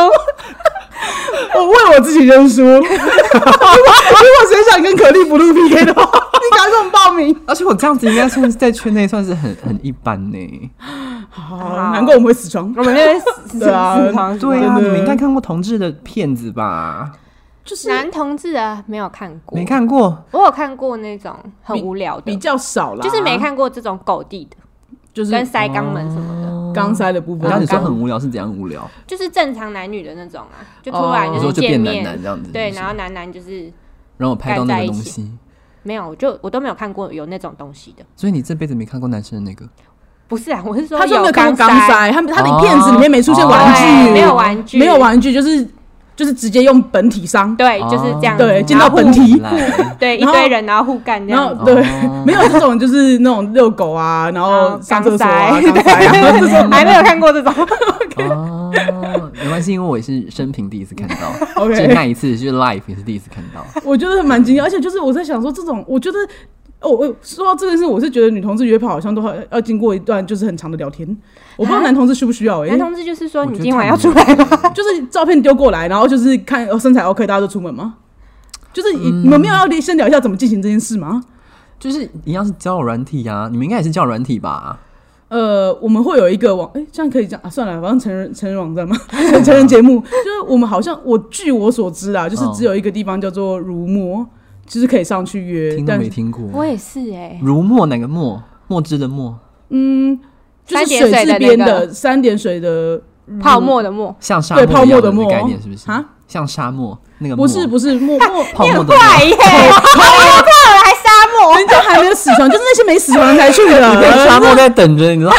Speaker 1: 我为我自己认输。如果谁想跟可丽不露 PK 的话，你赶快给我们报名。
Speaker 3: 而且我这样子应该算是在圈内算是很很一般呢。
Speaker 1: 好，哦难怪我们会死床。
Speaker 2: 我们那边死
Speaker 1: 对啊
Speaker 2: 死床是吧
Speaker 3: 对啊，
Speaker 1: 真
Speaker 3: 你
Speaker 1: 的
Speaker 3: 们应该看过同志的片子吧？
Speaker 1: 就是
Speaker 2: 男同志啊，没有看过，
Speaker 3: 没，看过，
Speaker 2: 我有看过那种很无聊
Speaker 1: 比
Speaker 2: 的，
Speaker 1: 较少啦，
Speaker 2: 就是没，看过这种狗地的，
Speaker 1: 就是哦
Speaker 2: 跟塞肛门什么的，
Speaker 1: 肛塞的部
Speaker 3: 我刚你
Speaker 1: 分。
Speaker 3: 说很无聊是怎样无聊？
Speaker 2: 就是正常男女的那种啊，就突然
Speaker 1: 哦
Speaker 3: 你
Speaker 2: 是
Speaker 3: 说就
Speaker 2: 见
Speaker 3: 变
Speaker 2: 面
Speaker 3: 男，男这样子，
Speaker 2: 对，
Speaker 3: 是不是
Speaker 2: 然后男男就是
Speaker 3: 然后我拍到那个东
Speaker 2: 干在
Speaker 3: 西，
Speaker 2: 没有，我就我都没有看过有那种东西的。
Speaker 3: 所以你这辈子没看过男生的那个。
Speaker 2: 不是啊，我是说
Speaker 1: 他说没有看
Speaker 2: 刚
Speaker 1: 过肛塞，他他的片子里面没出现
Speaker 3: 哦
Speaker 1: 玩具，
Speaker 2: 对没有玩具
Speaker 1: 没有玩具，就是就是直接用本体伤，
Speaker 2: 对，就是这样子，
Speaker 1: 哦对
Speaker 2: 然后
Speaker 1: 见到本体
Speaker 3: 然后我来
Speaker 2: 对一
Speaker 1: 然后
Speaker 2: 堆人然后互干这
Speaker 1: 然
Speaker 2: 样
Speaker 1: 后
Speaker 2: 子，
Speaker 1: 对
Speaker 3: 哦，
Speaker 1: 没有这种就是那种遛狗啊，然
Speaker 2: 哦
Speaker 1: 后上厕所啊，
Speaker 2: 然后
Speaker 1: 肛 塞啊，这种
Speaker 2: 还没有看 过这种，
Speaker 3: 哦，没关系，因为我也是生平第一次看 到
Speaker 1: OK
Speaker 3: 就那一次就是 live 也是第一次看到。
Speaker 2: 哦
Speaker 1: 我觉得蛮惊讶，而且就是我在想说，这种我觉得，哦，我说到这件事，我是觉得女同志约炮好像都要要经过一段就是很长的聊天，我不知道男同志需不需要、欸，
Speaker 2: 男同志就是说
Speaker 3: 我
Speaker 2: 你
Speaker 3: 觉得
Speaker 2: 今晚
Speaker 3: 太
Speaker 2: 要
Speaker 3: 无
Speaker 2: 出
Speaker 3: 聊
Speaker 2: 来吗？
Speaker 3: 了
Speaker 1: 就是照片丢过来，然后就是看、哦、身材 OK，大家就出门吗？就是你、你们没有要先聊一下怎么进行这件事吗？
Speaker 3: 就是一样是交友软体呀、你们应该也是交友软体吧？
Speaker 1: 呃，我们会有一个网，哎、这样可以讲啊，算了，反正成人成人网站嘛， 成成人节目，就是我们好像我据我所知啦，就是
Speaker 3: 嗯
Speaker 1: 只有一个地方叫做如墨，就是可以上去约，
Speaker 3: 听都
Speaker 1: 但
Speaker 3: 没
Speaker 1: 是
Speaker 3: 听
Speaker 2: 我
Speaker 3: 过。
Speaker 2: 也是哎、
Speaker 3: 如墨哪个墨？墨汁的墨，
Speaker 1: 嗯，就是
Speaker 2: 三点水的
Speaker 1: 字
Speaker 2: 那
Speaker 1: 边
Speaker 2: 个
Speaker 1: 的三点水的
Speaker 2: 泡沫的沫，
Speaker 3: 像沙
Speaker 1: 对
Speaker 3: 漠
Speaker 1: 泡
Speaker 3: 一
Speaker 1: 沫
Speaker 3: 样
Speaker 1: 的
Speaker 3: 的
Speaker 1: 沫
Speaker 3: 概念是不是？
Speaker 1: 啊，
Speaker 3: 像沙漠那个
Speaker 1: 不是
Speaker 3: 沫
Speaker 1: 不是墨墨，
Speaker 3: 泡沫的
Speaker 2: 怪
Speaker 3: 沫。
Speaker 2: 耶，我泡了还沙漠，
Speaker 1: 人家还没有死床，就是那些没死床才去 的。
Speaker 3: 你看沙漠在等着，你知道？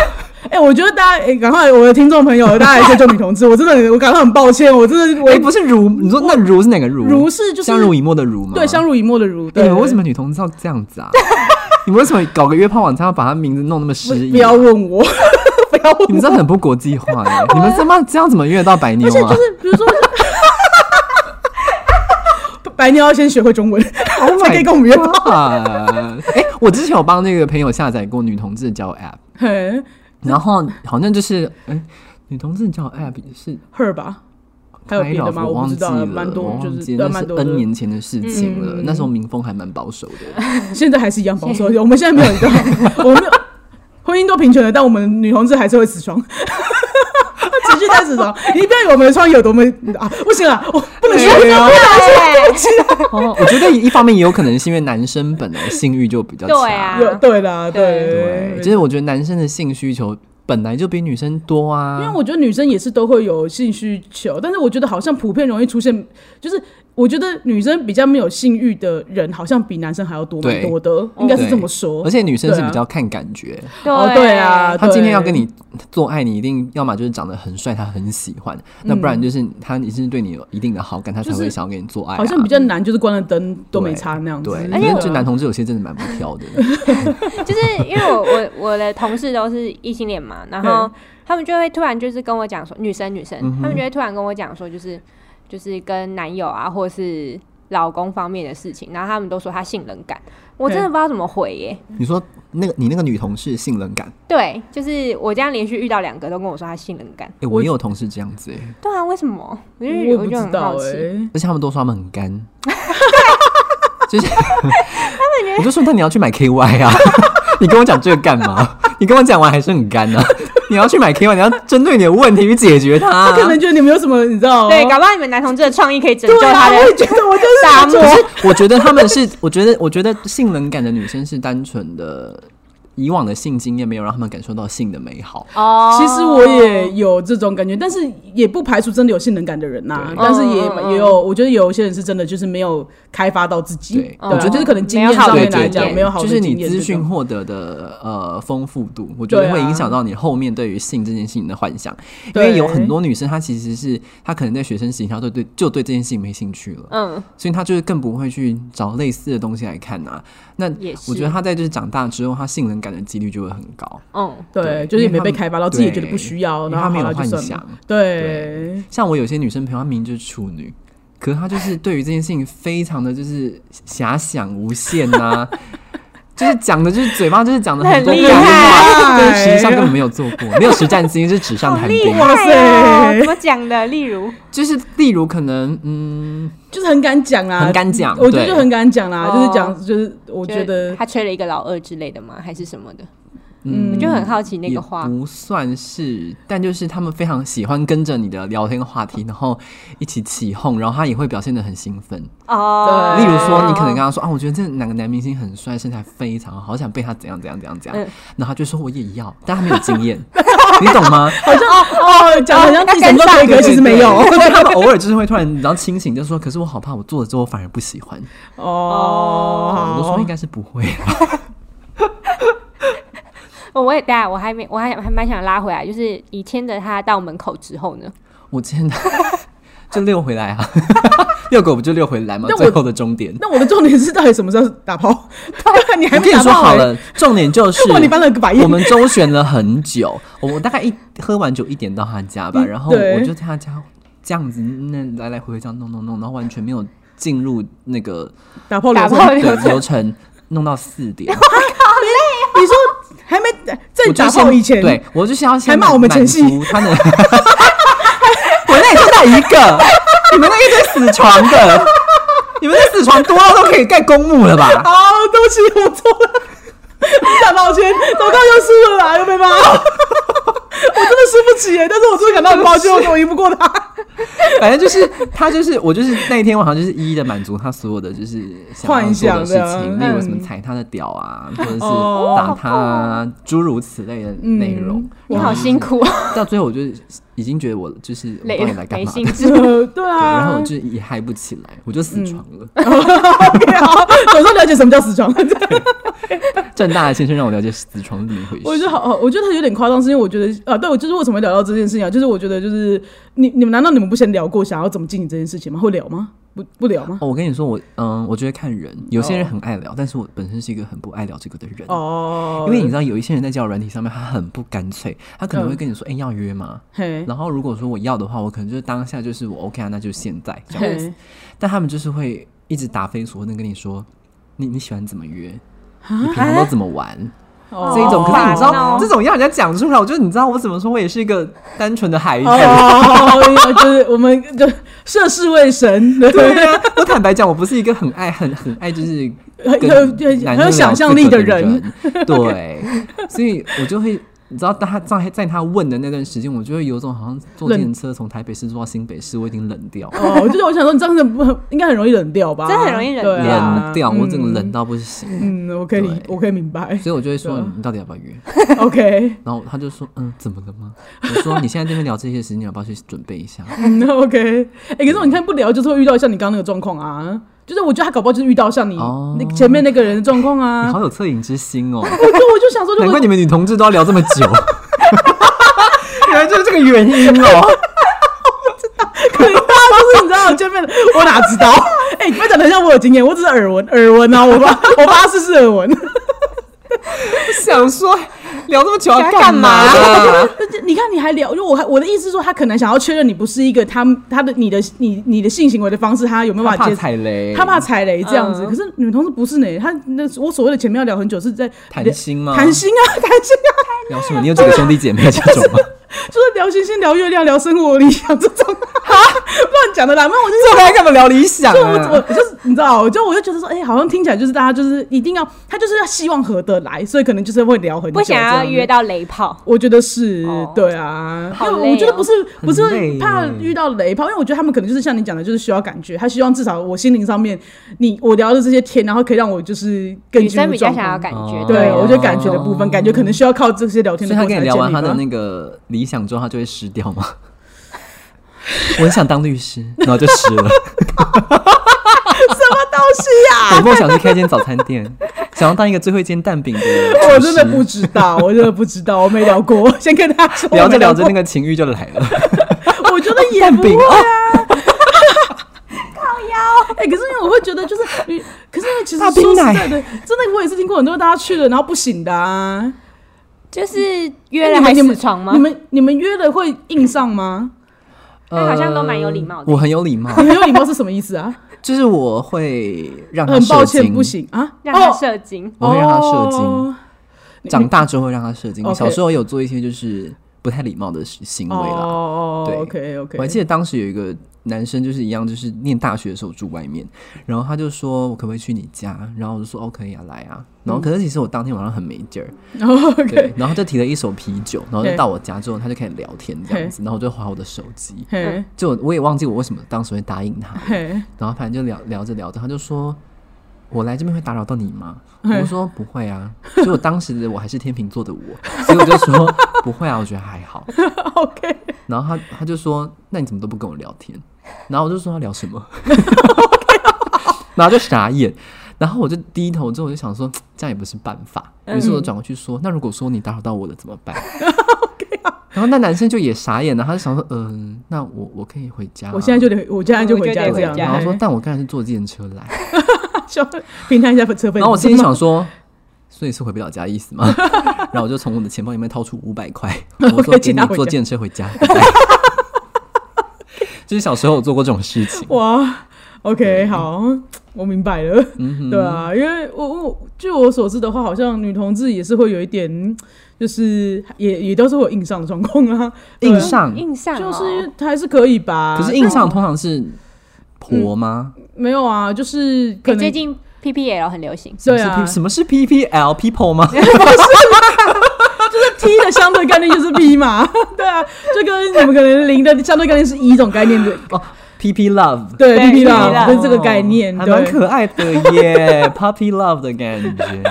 Speaker 1: 呃 哎、我觉得大家，哎、赶快，我的听众朋友，大家也追究女同志，我真的，我感到很抱歉，我真的，我、
Speaker 3: 哎，不是如，你说那如是哪个如？
Speaker 1: 如是就是
Speaker 3: 相濡以沫的如吗？
Speaker 1: 对相濡以沫的如，对，
Speaker 3: 对，你们为什么女同志要这样 子啊？你们为什么搞个约炮晚餐要把她名字弄那么
Speaker 1: 不
Speaker 3: 诗意啊？
Speaker 1: 不要问我，不要问
Speaker 3: 你们这很不国际化耶！ 你们他妈这样怎么约得到白妞
Speaker 1: 而且
Speaker 3: 啊
Speaker 1: 就？是比如说，白妞要先学会中文
Speaker 3: Oh my
Speaker 1: 才可以跟我们约炮。
Speaker 3: God 哎、我之前有帮那个朋友下载过女同志交友 App，
Speaker 1: 嘿
Speaker 3: 然后好像就是哎、女同志交友 App 是
Speaker 1: ，her 吧，还有别的
Speaker 3: Kind of，
Speaker 1: 吗？
Speaker 3: 我
Speaker 1: 我不
Speaker 3: 忘
Speaker 1: 知
Speaker 3: 记
Speaker 1: 道，
Speaker 3: 了，
Speaker 1: 蛮多
Speaker 3: 我，
Speaker 1: 就
Speaker 3: 忘
Speaker 1: 是
Speaker 3: 记
Speaker 1: 对，
Speaker 3: 那
Speaker 1: 蛮
Speaker 3: 是
Speaker 1: 多
Speaker 3: N
Speaker 1: 的。
Speaker 3: 年前的事情了，
Speaker 1: 嗯
Speaker 3: 那时候民风还蛮保守的。
Speaker 1: 现在还是一样保守，我们现在没有一个，我们没有婚姻都平权了，但我们女同志还是会死床。 持续在死床，你不要以为我们的创意有多么啊！不行了，我不能说。
Speaker 2: 对，
Speaker 3: 哦，我觉得一方面也有可能是因为男生本来性欲就比较强，
Speaker 2: 对啊
Speaker 1: 有对啦，
Speaker 3: 对，
Speaker 1: 对
Speaker 3: 就，是我觉得男生的性需求本来就比女生多啊，
Speaker 1: 因为我觉得女生也是都会有性需求，但是我觉得好像普遍容易出现，就是我觉得女生比较没有性欲的人，好像比男生还要多蛮
Speaker 3: 对
Speaker 1: 多的，应该是这么说
Speaker 3: 而。且女生是
Speaker 1: 对啊
Speaker 3: 比较看感觉，
Speaker 1: 哦对啊
Speaker 3: 他今天要跟你做爱，你一定要么就是长得很帅，他很喜欢；那不然就是他一定对你有一定的好感，他
Speaker 1: 嗯
Speaker 3: 才
Speaker 1: 就是
Speaker 3: 会想要跟你做爱啊、
Speaker 1: 好像比较难，就是关了灯都没
Speaker 3: 对
Speaker 1: 差那样子。
Speaker 3: 对，
Speaker 1: 对
Speaker 3: 可
Speaker 2: 而且
Speaker 3: 是
Speaker 2: 我
Speaker 3: 就男同志有些真的蛮不 挑的。
Speaker 2: 就是因为我我我的同事都是异性恋嘛，然后他们就会突然就是跟我讲说，女生女生，
Speaker 3: 嗯哼
Speaker 2: 他们就会突然跟我讲说，就是就是跟男友啊，或是老公方面的事情，然后他们都说他性冷感，我真的不知道怎么回耶、
Speaker 3: 你说那个你那个女同事性冷感，
Speaker 2: 对，就是我这样连续遇到两个都跟我说他性冷感，
Speaker 3: 哎、我也有同事这样子、哎，
Speaker 2: 对啊，为什么？我就
Speaker 1: 我也不
Speaker 2: 我就
Speaker 1: 知
Speaker 2: 很好
Speaker 1: 道哎、
Speaker 2: 奇，
Speaker 3: 而且他们都说他们很干， 就是我就说那你要去买 KY 啊， 你跟我讲这个干嘛？你跟我讲完还是很干啊。你要去买 KY，你要针对你的问题去解决它啊、
Speaker 1: 他可能觉得你们有什么，你知道吗？
Speaker 2: 对，搞不好你们男同志的创意可以拯救
Speaker 1: 对啊，
Speaker 2: 他
Speaker 1: 我也
Speaker 2: 的
Speaker 1: 觉得我就是
Speaker 2: 沙漠
Speaker 1: 觉得。
Speaker 3: 我觉得他们是，我觉得，我觉得性冷感的女生是单纯的，以往的性经验没有让他们感受到性的美好。
Speaker 2: 哦
Speaker 1: 其实我也有这种感觉，但是也不排除真的有性能感的人呐、
Speaker 3: 对
Speaker 1: 但是也
Speaker 3: 哦
Speaker 2: 嗯嗯嗯
Speaker 1: 也有，我觉得有一些人是真的就是没有开发到自己，
Speaker 3: 对
Speaker 1: 我觉得就是可能经
Speaker 2: 没
Speaker 1: 验
Speaker 2: 有好
Speaker 1: 上
Speaker 2: 的
Speaker 1: 面
Speaker 2: 经
Speaker 1: 来
Speaker 2: 验
Speaker 1: 讲哦没有好
Speaker 3: 就
Speaker 1: 的
Speaker 3: 是
Speaker 1: 经验，
Speaker 3: 你资讯
Speaker 1: 这种
Speaker 3: 获得的呃丰富度，我觉得
Speaker 1: 对啊
Speaker 3: 会影响到你后面对于性这件事情的幻想。因
Speaker 1: 对
Speaker 3: 为有很多女生，她其实是她可能在学生时期，她就对就对这件事情没兴趣了，
Speaker 2: 嗯，
Speaker 3: 所以她就是更不会去找类似的东西来看啊。那
Speaker 2: 也是
Speaker 3: 我觉得她在就是长大之后，她性冷感的几率就会很高。
Speaker 2: 嗯，
Speaker 1: 对，
Speaker 3: 对
Speaker 1: 就是也没
Speaker 3: 因为
Speaker 1: 被
Speaker 3: 他们
Speaker 1: 开发到，自己也觉得
Speaker 3: 对
Speaker 1: 不需要，
Speaker 3: 因为
Speaker 1: 然
Speaker 3: 她
Speaker 1: 后
Speaker 3: 没
Speaker 1: 好
Speaker 3: 有
Speaker 1: 了就
Speaker 3: 幻
Speaker 1: 算了
Speaker 3: 想。
Speaker 1: 对，
Speaker 3: 像我有些女生朋友，她明明就是处女，可是她就是对于这件事情非常的就是遐想无限呐、 就是讲的，就是嘴巴就是讲的很多
Speaker 2: 很厉
Speaker 3: 干话，
Speaker 1: 害
Speaker 3: 但是实际上根本没有做 过，没有实战经验，是纸上谈兵。
Speaker 1: 害哇
Speaker 2: 哎
Speaker 1: 塞
Speaker 2: 呦怎么讲的？例如，
Speaker 3: 就是例如可能，嗯，
Speaker 1: 就是很敢讲啊，
Speaker 3: 很敢讲
Speaker 1: 我觉得
Speaker 3: 对
Speaker 1: 就很敢讲啦，
Speaker 2: 哦
Speaker 1: 就是讲，就是我觉得
Speaker 2: 就他吹了一个老二之类的吗？还是什么的？
Speaker 1: 嗯
Speaker 2: 我就很好奇那
Speaker 3: 也
Speaker 2: 个话。
Speaker 3: 不算是，但就是他们非常喜欢跟着你的聊天话题，然后一起起哄，然后他也会表现的很兴奋。
Speaker 2: 哦，
Speaker 3: 例如说，你可能跟他说啊，我觉得这哪个男明星很帅，身材非常好，好想被他怎样怎样怎样怎
Speaker 2: 嗯
Speaker 3: 样，然后他就说我也要，但他没有 经验，你懂吗？
Speaker 1: 好像哦，讲的像自己
Speaker 2: 要
Speaker 1: 什么
Speaker 2: 跟
Speaker 1: 都可以，可
Speaker 3: 对
Speaker 1: 是其实没有
Speaker 3: 对对对他们偶尔就是会突然然后清醒，就说，可是我好怕我做了之后反而不喜欢，
Speaker 1: 哦。
Speaker 3: 我就说
Speaker 1: 好
Speaker 3: 应该是不会，
Speaker 2: 哦，我也对啊，我还没，我还还蛮想拉回来，就是你牵着他到门口之后呢，
Speaker 3: 我今天 就溜回来啊， 遛狗不就溜回来吗
Speaker 1: 但？我
Speaker 3: 最后的终点。
Speaker 1: 那我的重点是，到底什么时候打炮？ 你还
Speaker 3: 我
Speaker 1: 没
Speaker 3: 跟你
Speaker 1: 打
Speaker 3: 说
Speaker 1: 炮
Speaker 3: 好
Speaker 1: 欸
Speaker 3: 了，重点 就是
Speaker 1: 哇，你翻了个白眼
Speaker 3: 我。们周旋了很久，我大概一喝完酒一点到他家吧，
Speaker 1: 嗯
Speaker 3: 然后
Speaker 1: 对
Speaker 3: 我就在他家这样子，那来来回回这样弄弄弄，然后完全没有进入那个
Speaker 1: 打炮
Speaker 2: 打
Speaker 1: 两
Speaker 2: 炮
Speaker 1: 炮，
Speaker 3: 对
Speaker 2: 流程
Speaker 3: 流程，弄到四点。
Speaker 1: 你说还没在
Speaker 3: 我
Speaker 1: 打
Speaker 3: 就
Speaker 1: 炮
Speaker 3: 先
Speaker 1: 以前，
Speaker 3: 对我就想要先
Speaker 1: 还骂我们前戏
Speaker 3: 满足他的， 我那也就那一个，你们那一堆死床的，
Speaker 1: 哦
Speaker 3: 你们那死床多到都可以盖公墓了吧？
Speaker 1: 啊，对不起，我错了。想抱歉，糟糕又输了啦，又被 骂。我真的输不起耶，但是我真的感到很抱歉，我怎么赢不过他？
Speaker 3: 反正就是他就是我就是那一天晚上就是一一的满足他所有的就是想要
Speaker 1: 幻
Speaker 3: 做
Speaker 1: 想
Speaker 3: 的事
Speaker 1: 的
Speaker 3: 情，例如什么
Speaker 1: 嗯
Speaker 3: 踩他的屌啊，或者是
Speaker 1: 哦嗯
Speaker 3: 打他啊，诸如此类的内容。
Speaker 2: 你
Speaker 3: 然后
Speaker 2: 好
Speaker 3: 就是
Speaker 2: 辛苦，哦
Speaker 3: 到最后我就是已经觉得我就是我
Speaker 2: 累
Speaker 3: 到底
Speaker 2: 了
Speaker 3: 来，干
Speaker 2: 没
Speaker 3: 嘛？
Speaker 2: 兴
Speaker 3: 对，
Speaker 2: 致。
Speaker 1: 对
Speaker 3: 然后
Speaker 1: 啊嗯
Speaker 3: 我，就也嗨不起来，我就死床了。
Speaker 1: OK，好，啊总算了解什么叫死 床。
Speaker 3: 正大的先生让我了解死床是怎么回事。
Speaker 1: 我觉得好，好，我觉得他有点夸张，是因为我觉得啊，对，我就是为什么会聊到这件事情啊？就是我觉得就是你你们难道你们不先聊过想要怎么进行这件事情吗？会聊吗？不不聊吗？
Speaker 3: 哦，我跟你说，我嗯，我觉得看人，有些人很爱聊，但是我本身是一个很不爱聊这个的人。
Speaker 1: 哦，
Speaker 3: 因为你知道，有一些人在交友软体上面，他很不干脆，他可能会跟你说：“
Speaker 1: 嗯
Speaker 3: 哎、要约吗？”
Speaker 1: 嘿，
Speaker 3: 然后如果说我要的话，我可能就是当下就是我 OK 啊，那就现在这样子
Speaker 1: 嘿。，
Speaker 3: 但他们就是会一直答非所问的跟你说，你你喜欢怎么约，
Speaker 1: 啊
Speaker 3: 你平常都怎么玩、
Speaker 1: 哦
Speaker 3: 这一种。可是你知
Speaker 2: 好烦
Speaker 3: 道
Speaker 2: 哦，
Speaker 3: 这种要人家讲出来，我觉得你知道我怎么说，我也是一个单纯的孩子。
Speaker 1: 哦，哎就是我们就涉世未深，
Speaker 3: 对啊，我坦白讲，我不是一个很爱、很很爱就是
Speaker 1: 很有
Speaker 3: 跟
Speaker 1: 很
Speaker 3: 男
Speaker 1: 很有
Speaker 3: 生聊
Speaker 1: 想
Speaker 3: 这
Speaker 1: 象力
Speaker 3: 个
Speaker 1: 的
Speaker 3: 的
Speaker 1: 人，
Speaker 3: 人对，所以我就会。你知道他在在他问的那段时间，我就会有种好像坐
Speaker 1: 冷
Speaker 3: 电车从台北市坐到新北市，我已经冷掉，
Speaker 1: 哦，就是我想说，你这样子不应该很容易冷掉吧？
Speaker 2: 真的很容易冷
Speaker 1: 对啊
Speaker 3: 冷掉，我整个冷。到不行。
Speaker 1: 嗯，嗯我可以理
Speaker 3: 对，
Speaker 1: 我可以明白。
Speaker 3: 所以我就会说
Speaker 1: 对啊
Speaker 3: 你到底要不要约？
Speaker 1: OK，
Speaker 3: 然后他就说嗯，怎么了 吗？我说你现在这边聊这些事情，你要不要去准备一下？
Speaker 1: 嗯，OK。哎，可是你看不聊，就是会遇到像你刚刚那个状况啊。就是我觉得他搞不好就是遇到像你
Speaker 3: 哦
Speaker 1: 那前面那个人的状况
Speaker 3: 你
Speaker 1: 啊。
Speaker 3: 好有恻隐之心 哦，
Speaker 1: 我就我就想说，如
Speaker 3: 难
Speaker 1: 果
Speaker 3: 怪你们女同志都要聊这么 久，原来就是这个原 因哦。
Speaker 1: 可能大家都是你知道见面的，我哪知道？ 哎，你不要讲的像我有经验，我只是耳闻耳闻啊，我 爸我爸是是耳闻。
Speaker 3: 想说聊这么久要
Speaker 2: 干嘛
Speaker 3: 嘛？
Speaker 1: 就是你看，你还聊，就我还我的意思是说，他可能想要确认你不是一个他他的你的你你的性行为的方式，他有没有
Speaker 3: 他
Speaker 1: 办法
Speaker 3: 怕
Speaker 1: 接
Speaker 3: 踩雷，
Speaker 1: 他怕踩雷这样子。
Speaker 2: 嗯
Speaker 1: 可是女同事不是呢，他那我所谓的前面要聊很久是在
Speaker 3: 谈心吗？
Speaker 1: 谈心啊， 谈心啊，
Speaker 3: 聊什么？你有几个兄弟姐妹啊这种 吗？
Speaker 1: 就是聊星星、聊月亮、聊生活理想这种 啊，乱讲的啦。那我就
Speaker 3: 这还啊干嘛聊理想
Speaker 1: 就我我
Speaker 3: 啊？
Speaker 1: 我就是你知道，就我就觉得说，哎、好像听起来就是大家就是一定要，他就是要希望合得来，所以可能就是会聊很久。
Speaker 2: 不想要约。到雷炮，
Speaker 1: 我觉得是、
Speaker 2: 哦
Speaker 1: 对啊，
Speaker 2: 好
Speaker 1: 因
Speaker 2: 累
Speaker 1: 为我觉得
Speaker 2: 哦
Speaker 1: 不是不
Speaker 3: 很累
Speaker 1: 是
Speaker 3: 耶
Speaker 1: 怕遇到雷炮，因为我觉得他们可能就是像你讲的，就是需要感觉，他希望至少我心灵上面，你我聊的这些天，然后可以让我就是更
Speaker 2: 女
Speaker 1: 进
Speaker 2: 生
Speaker 1: 入
Speaker 2: 比较
Speaker 1: 状
Speaker 2: 想要
Speaker 1: 况。
Speaker 2: 感觉
Speaker 3: 哦，
Speaker 1: 对，
Speaker 2: 啊
Speaker 1: 我觉得感觉的部分，感觉可能需要靠这些聊天
Speaker 3: 所以
Speaker 1: 的过
Speaker 3: 他
Speaker 1: 程
Speaker 3: 跟你
Speaker 1: 来建
Speaker 3: 聊
Speaker 1: 立
Speaker 3: 完他的
Speaker 1: 吧
Speaker 3: 那个理想之后，他就会湿掉吗？ 我很想当律师，然后就湿 了。
Speaker 1: 什么东西呀、
Speaker 3: 我梦想是开一间早餐店， 想要当一个最会煎蛋饼的厨 师。
Speaker 1: 啊我真的不知道，我真的不知道，我没聊过。先跟他说，
Speaker 3: 聊着聊着，那
Speaker 1: 个，
Speaker 3: 个情欲就来 了。
Speaker 1: 我觉得也
Speaker 3: 蛋
Speaker 1: 不
Speaker 3: 饼
Speaker 1: 会啊
Speaker 3: 哦，
Speaker 1: 哎、可是因为我会觉得，就是，嗯可是因为其实
Speaker 3: 大
Speaker 1: 说
Speaker 3: 冰
Speaker 1: 实
Speaker 3: 奶
Speaker 1: 在的，真的我也是听过很多大家去了然后不行的啊。
Speaker 2: 就是
Speaker 1: 那
Speaker 2: 约
Speaker 1: 你
Speaker 2: 了
Speaker 1: 们
Speaker 2: 还
Speaker 1: 你
Speaker 2: 死
Speaker 1: 们
Speaker 2: 床吗
Speaker 1: 你？们你们约了会硬上 吗？
Speaker 2: 他好像都蛮有礼貌的
Speaker 1: 哦
Speaker 3: 呃我很有礼貌，
Speaker 1: 你很有礼貌是什么意思啊？
Speaker 3: 就是我会让他
Speaker 1: 很抱
Speaker 3: 射
Speaker 1: 歉，
Speaker 3: 精
Speaker 1: 不，行啊。
Speaker 2: 让他
Speaker 1: 哦
Speaker 2: 射精，
Speaker 3: 我会让他射精。
Speaker 1: 哦
Speaker 3: 长大之后会让他射精，
Speaker 1: OK
Speaker 3: 小时候有做一些就是不太礼貌的行为啦。
Speaker 1: 哦
Speaker 3: 对
Speaker 1: ，OK
Speaker 3: 我还
Speaker 1: OK，
Speaker 3: 记得当时有一个男生就是一样，就是念大学的时候住外面，然后他就说我可不可以去你家，然后我就说哦可以啊，来啊。然后可是其实我当天晚上很没劲儿，对
Speaker 1: 嗯哦 OK，，
Speaker 3: 然后就提了一手啤酒，然后就
Speaker 1: 嘿
Speaker 3: 到我家之后他就开始聊天这样子，然后我就划我的手机，
Speaker 1: 嘿
Speaker 3: 就我也忘记我为什么当时会答应他，
Speaker 1: 嘿，
Speaker 3: 然后反正就聊聊着聊着，他就说：“我来这边会打扰到你吗？”
Speaker 1: 嗯
Speaker 3: 我说：“不会啊。”所以我当时的我还是天秤座的我， 所以我就说：“不会啊，我觉得还好。
Speaker 1: OK，”
Speaker 3: 然后他他就说：“那你怎么都不跟我聊天？”然后我就说：“要聊什么？” 然后就傻眼。然后我就低头之后，我就想说这样也不是办法，
Speaker 1: 嗯
Speaker 3: 于是我转过去说：“那如果说你打扰到我了怎么办？” 然后那男生就也傻眼了，他就想说：“嗯、那我我可以回家啊、
Speaker 1: 我现在就得，我现在就回家
Speaker 2: 我就
Speaker 1: 这
Speaker 2: 得
Speaker 1: 样。
Speaker 2: 回家
Speaker 3: 然 后说：“
Speaker 1: 嘿
Speaker 3: 但我刚才是坐自行车 来。”
Speaker 1: 就平摊一下车费。
Speaker 3: 然后我心
Speaker 1: 真
Speaker 3: 里
Speaker 1: 的
Speaker 3: 想说，所以是回不了家意思吗？ 然后我就从我的钱包里面掏出五百块，我说
Speaker 1: OK，
Speaker 3: 给
Speaker 1: 请
Speaker 3: 你
Speaker 1: 拿回
Speaker 3: 坐
Speaker 1: 家
Speaker 3: 电车回家。 就是小时候我做过这种事情，
Speaker 1: 哇，OK，好，我明白了。
Speaker 3: 嗯哼，
Speaker 1: 对啊，因为我我据我所知的话，好像女同志也是会有一点，就是也也都是会有硬上的状况啊。对啊
Speaker 3: 硬上，
Speaker 2: 印象
Speaker 1: 就
Speaker 2: 哦
Speaker 1: 是还是可以吧，嗯
Speaker 3: 可是硬上通常是婆吗？
Speaker 1: 没有啊，就是可
Speaker 2: 你
Speaker 1: 能
Speaker 2: 最近 PPL 很流 行，
Speaker 1: 对啊，
Speaker 3: 是 P- 什么是 PPL people 吗？
Speaker 1: T 的相对概念就是 B 嘛，对啊，就跟你们可能零的相对概念是一、种概 念的，
Speaker 3: 哦，PP love，哦
Speaker 1: 对
Speaker 2: 对
Speaker 1: P P
Speaker 2: 啦
Speaker 1: love
Speaker 2: 啦
Speaker 1: 就是这个概念，
Speaker 3: 还
Speaker 1: 对
Speaker 3: 蛮可爱的耶 ，puppy love 的感觉。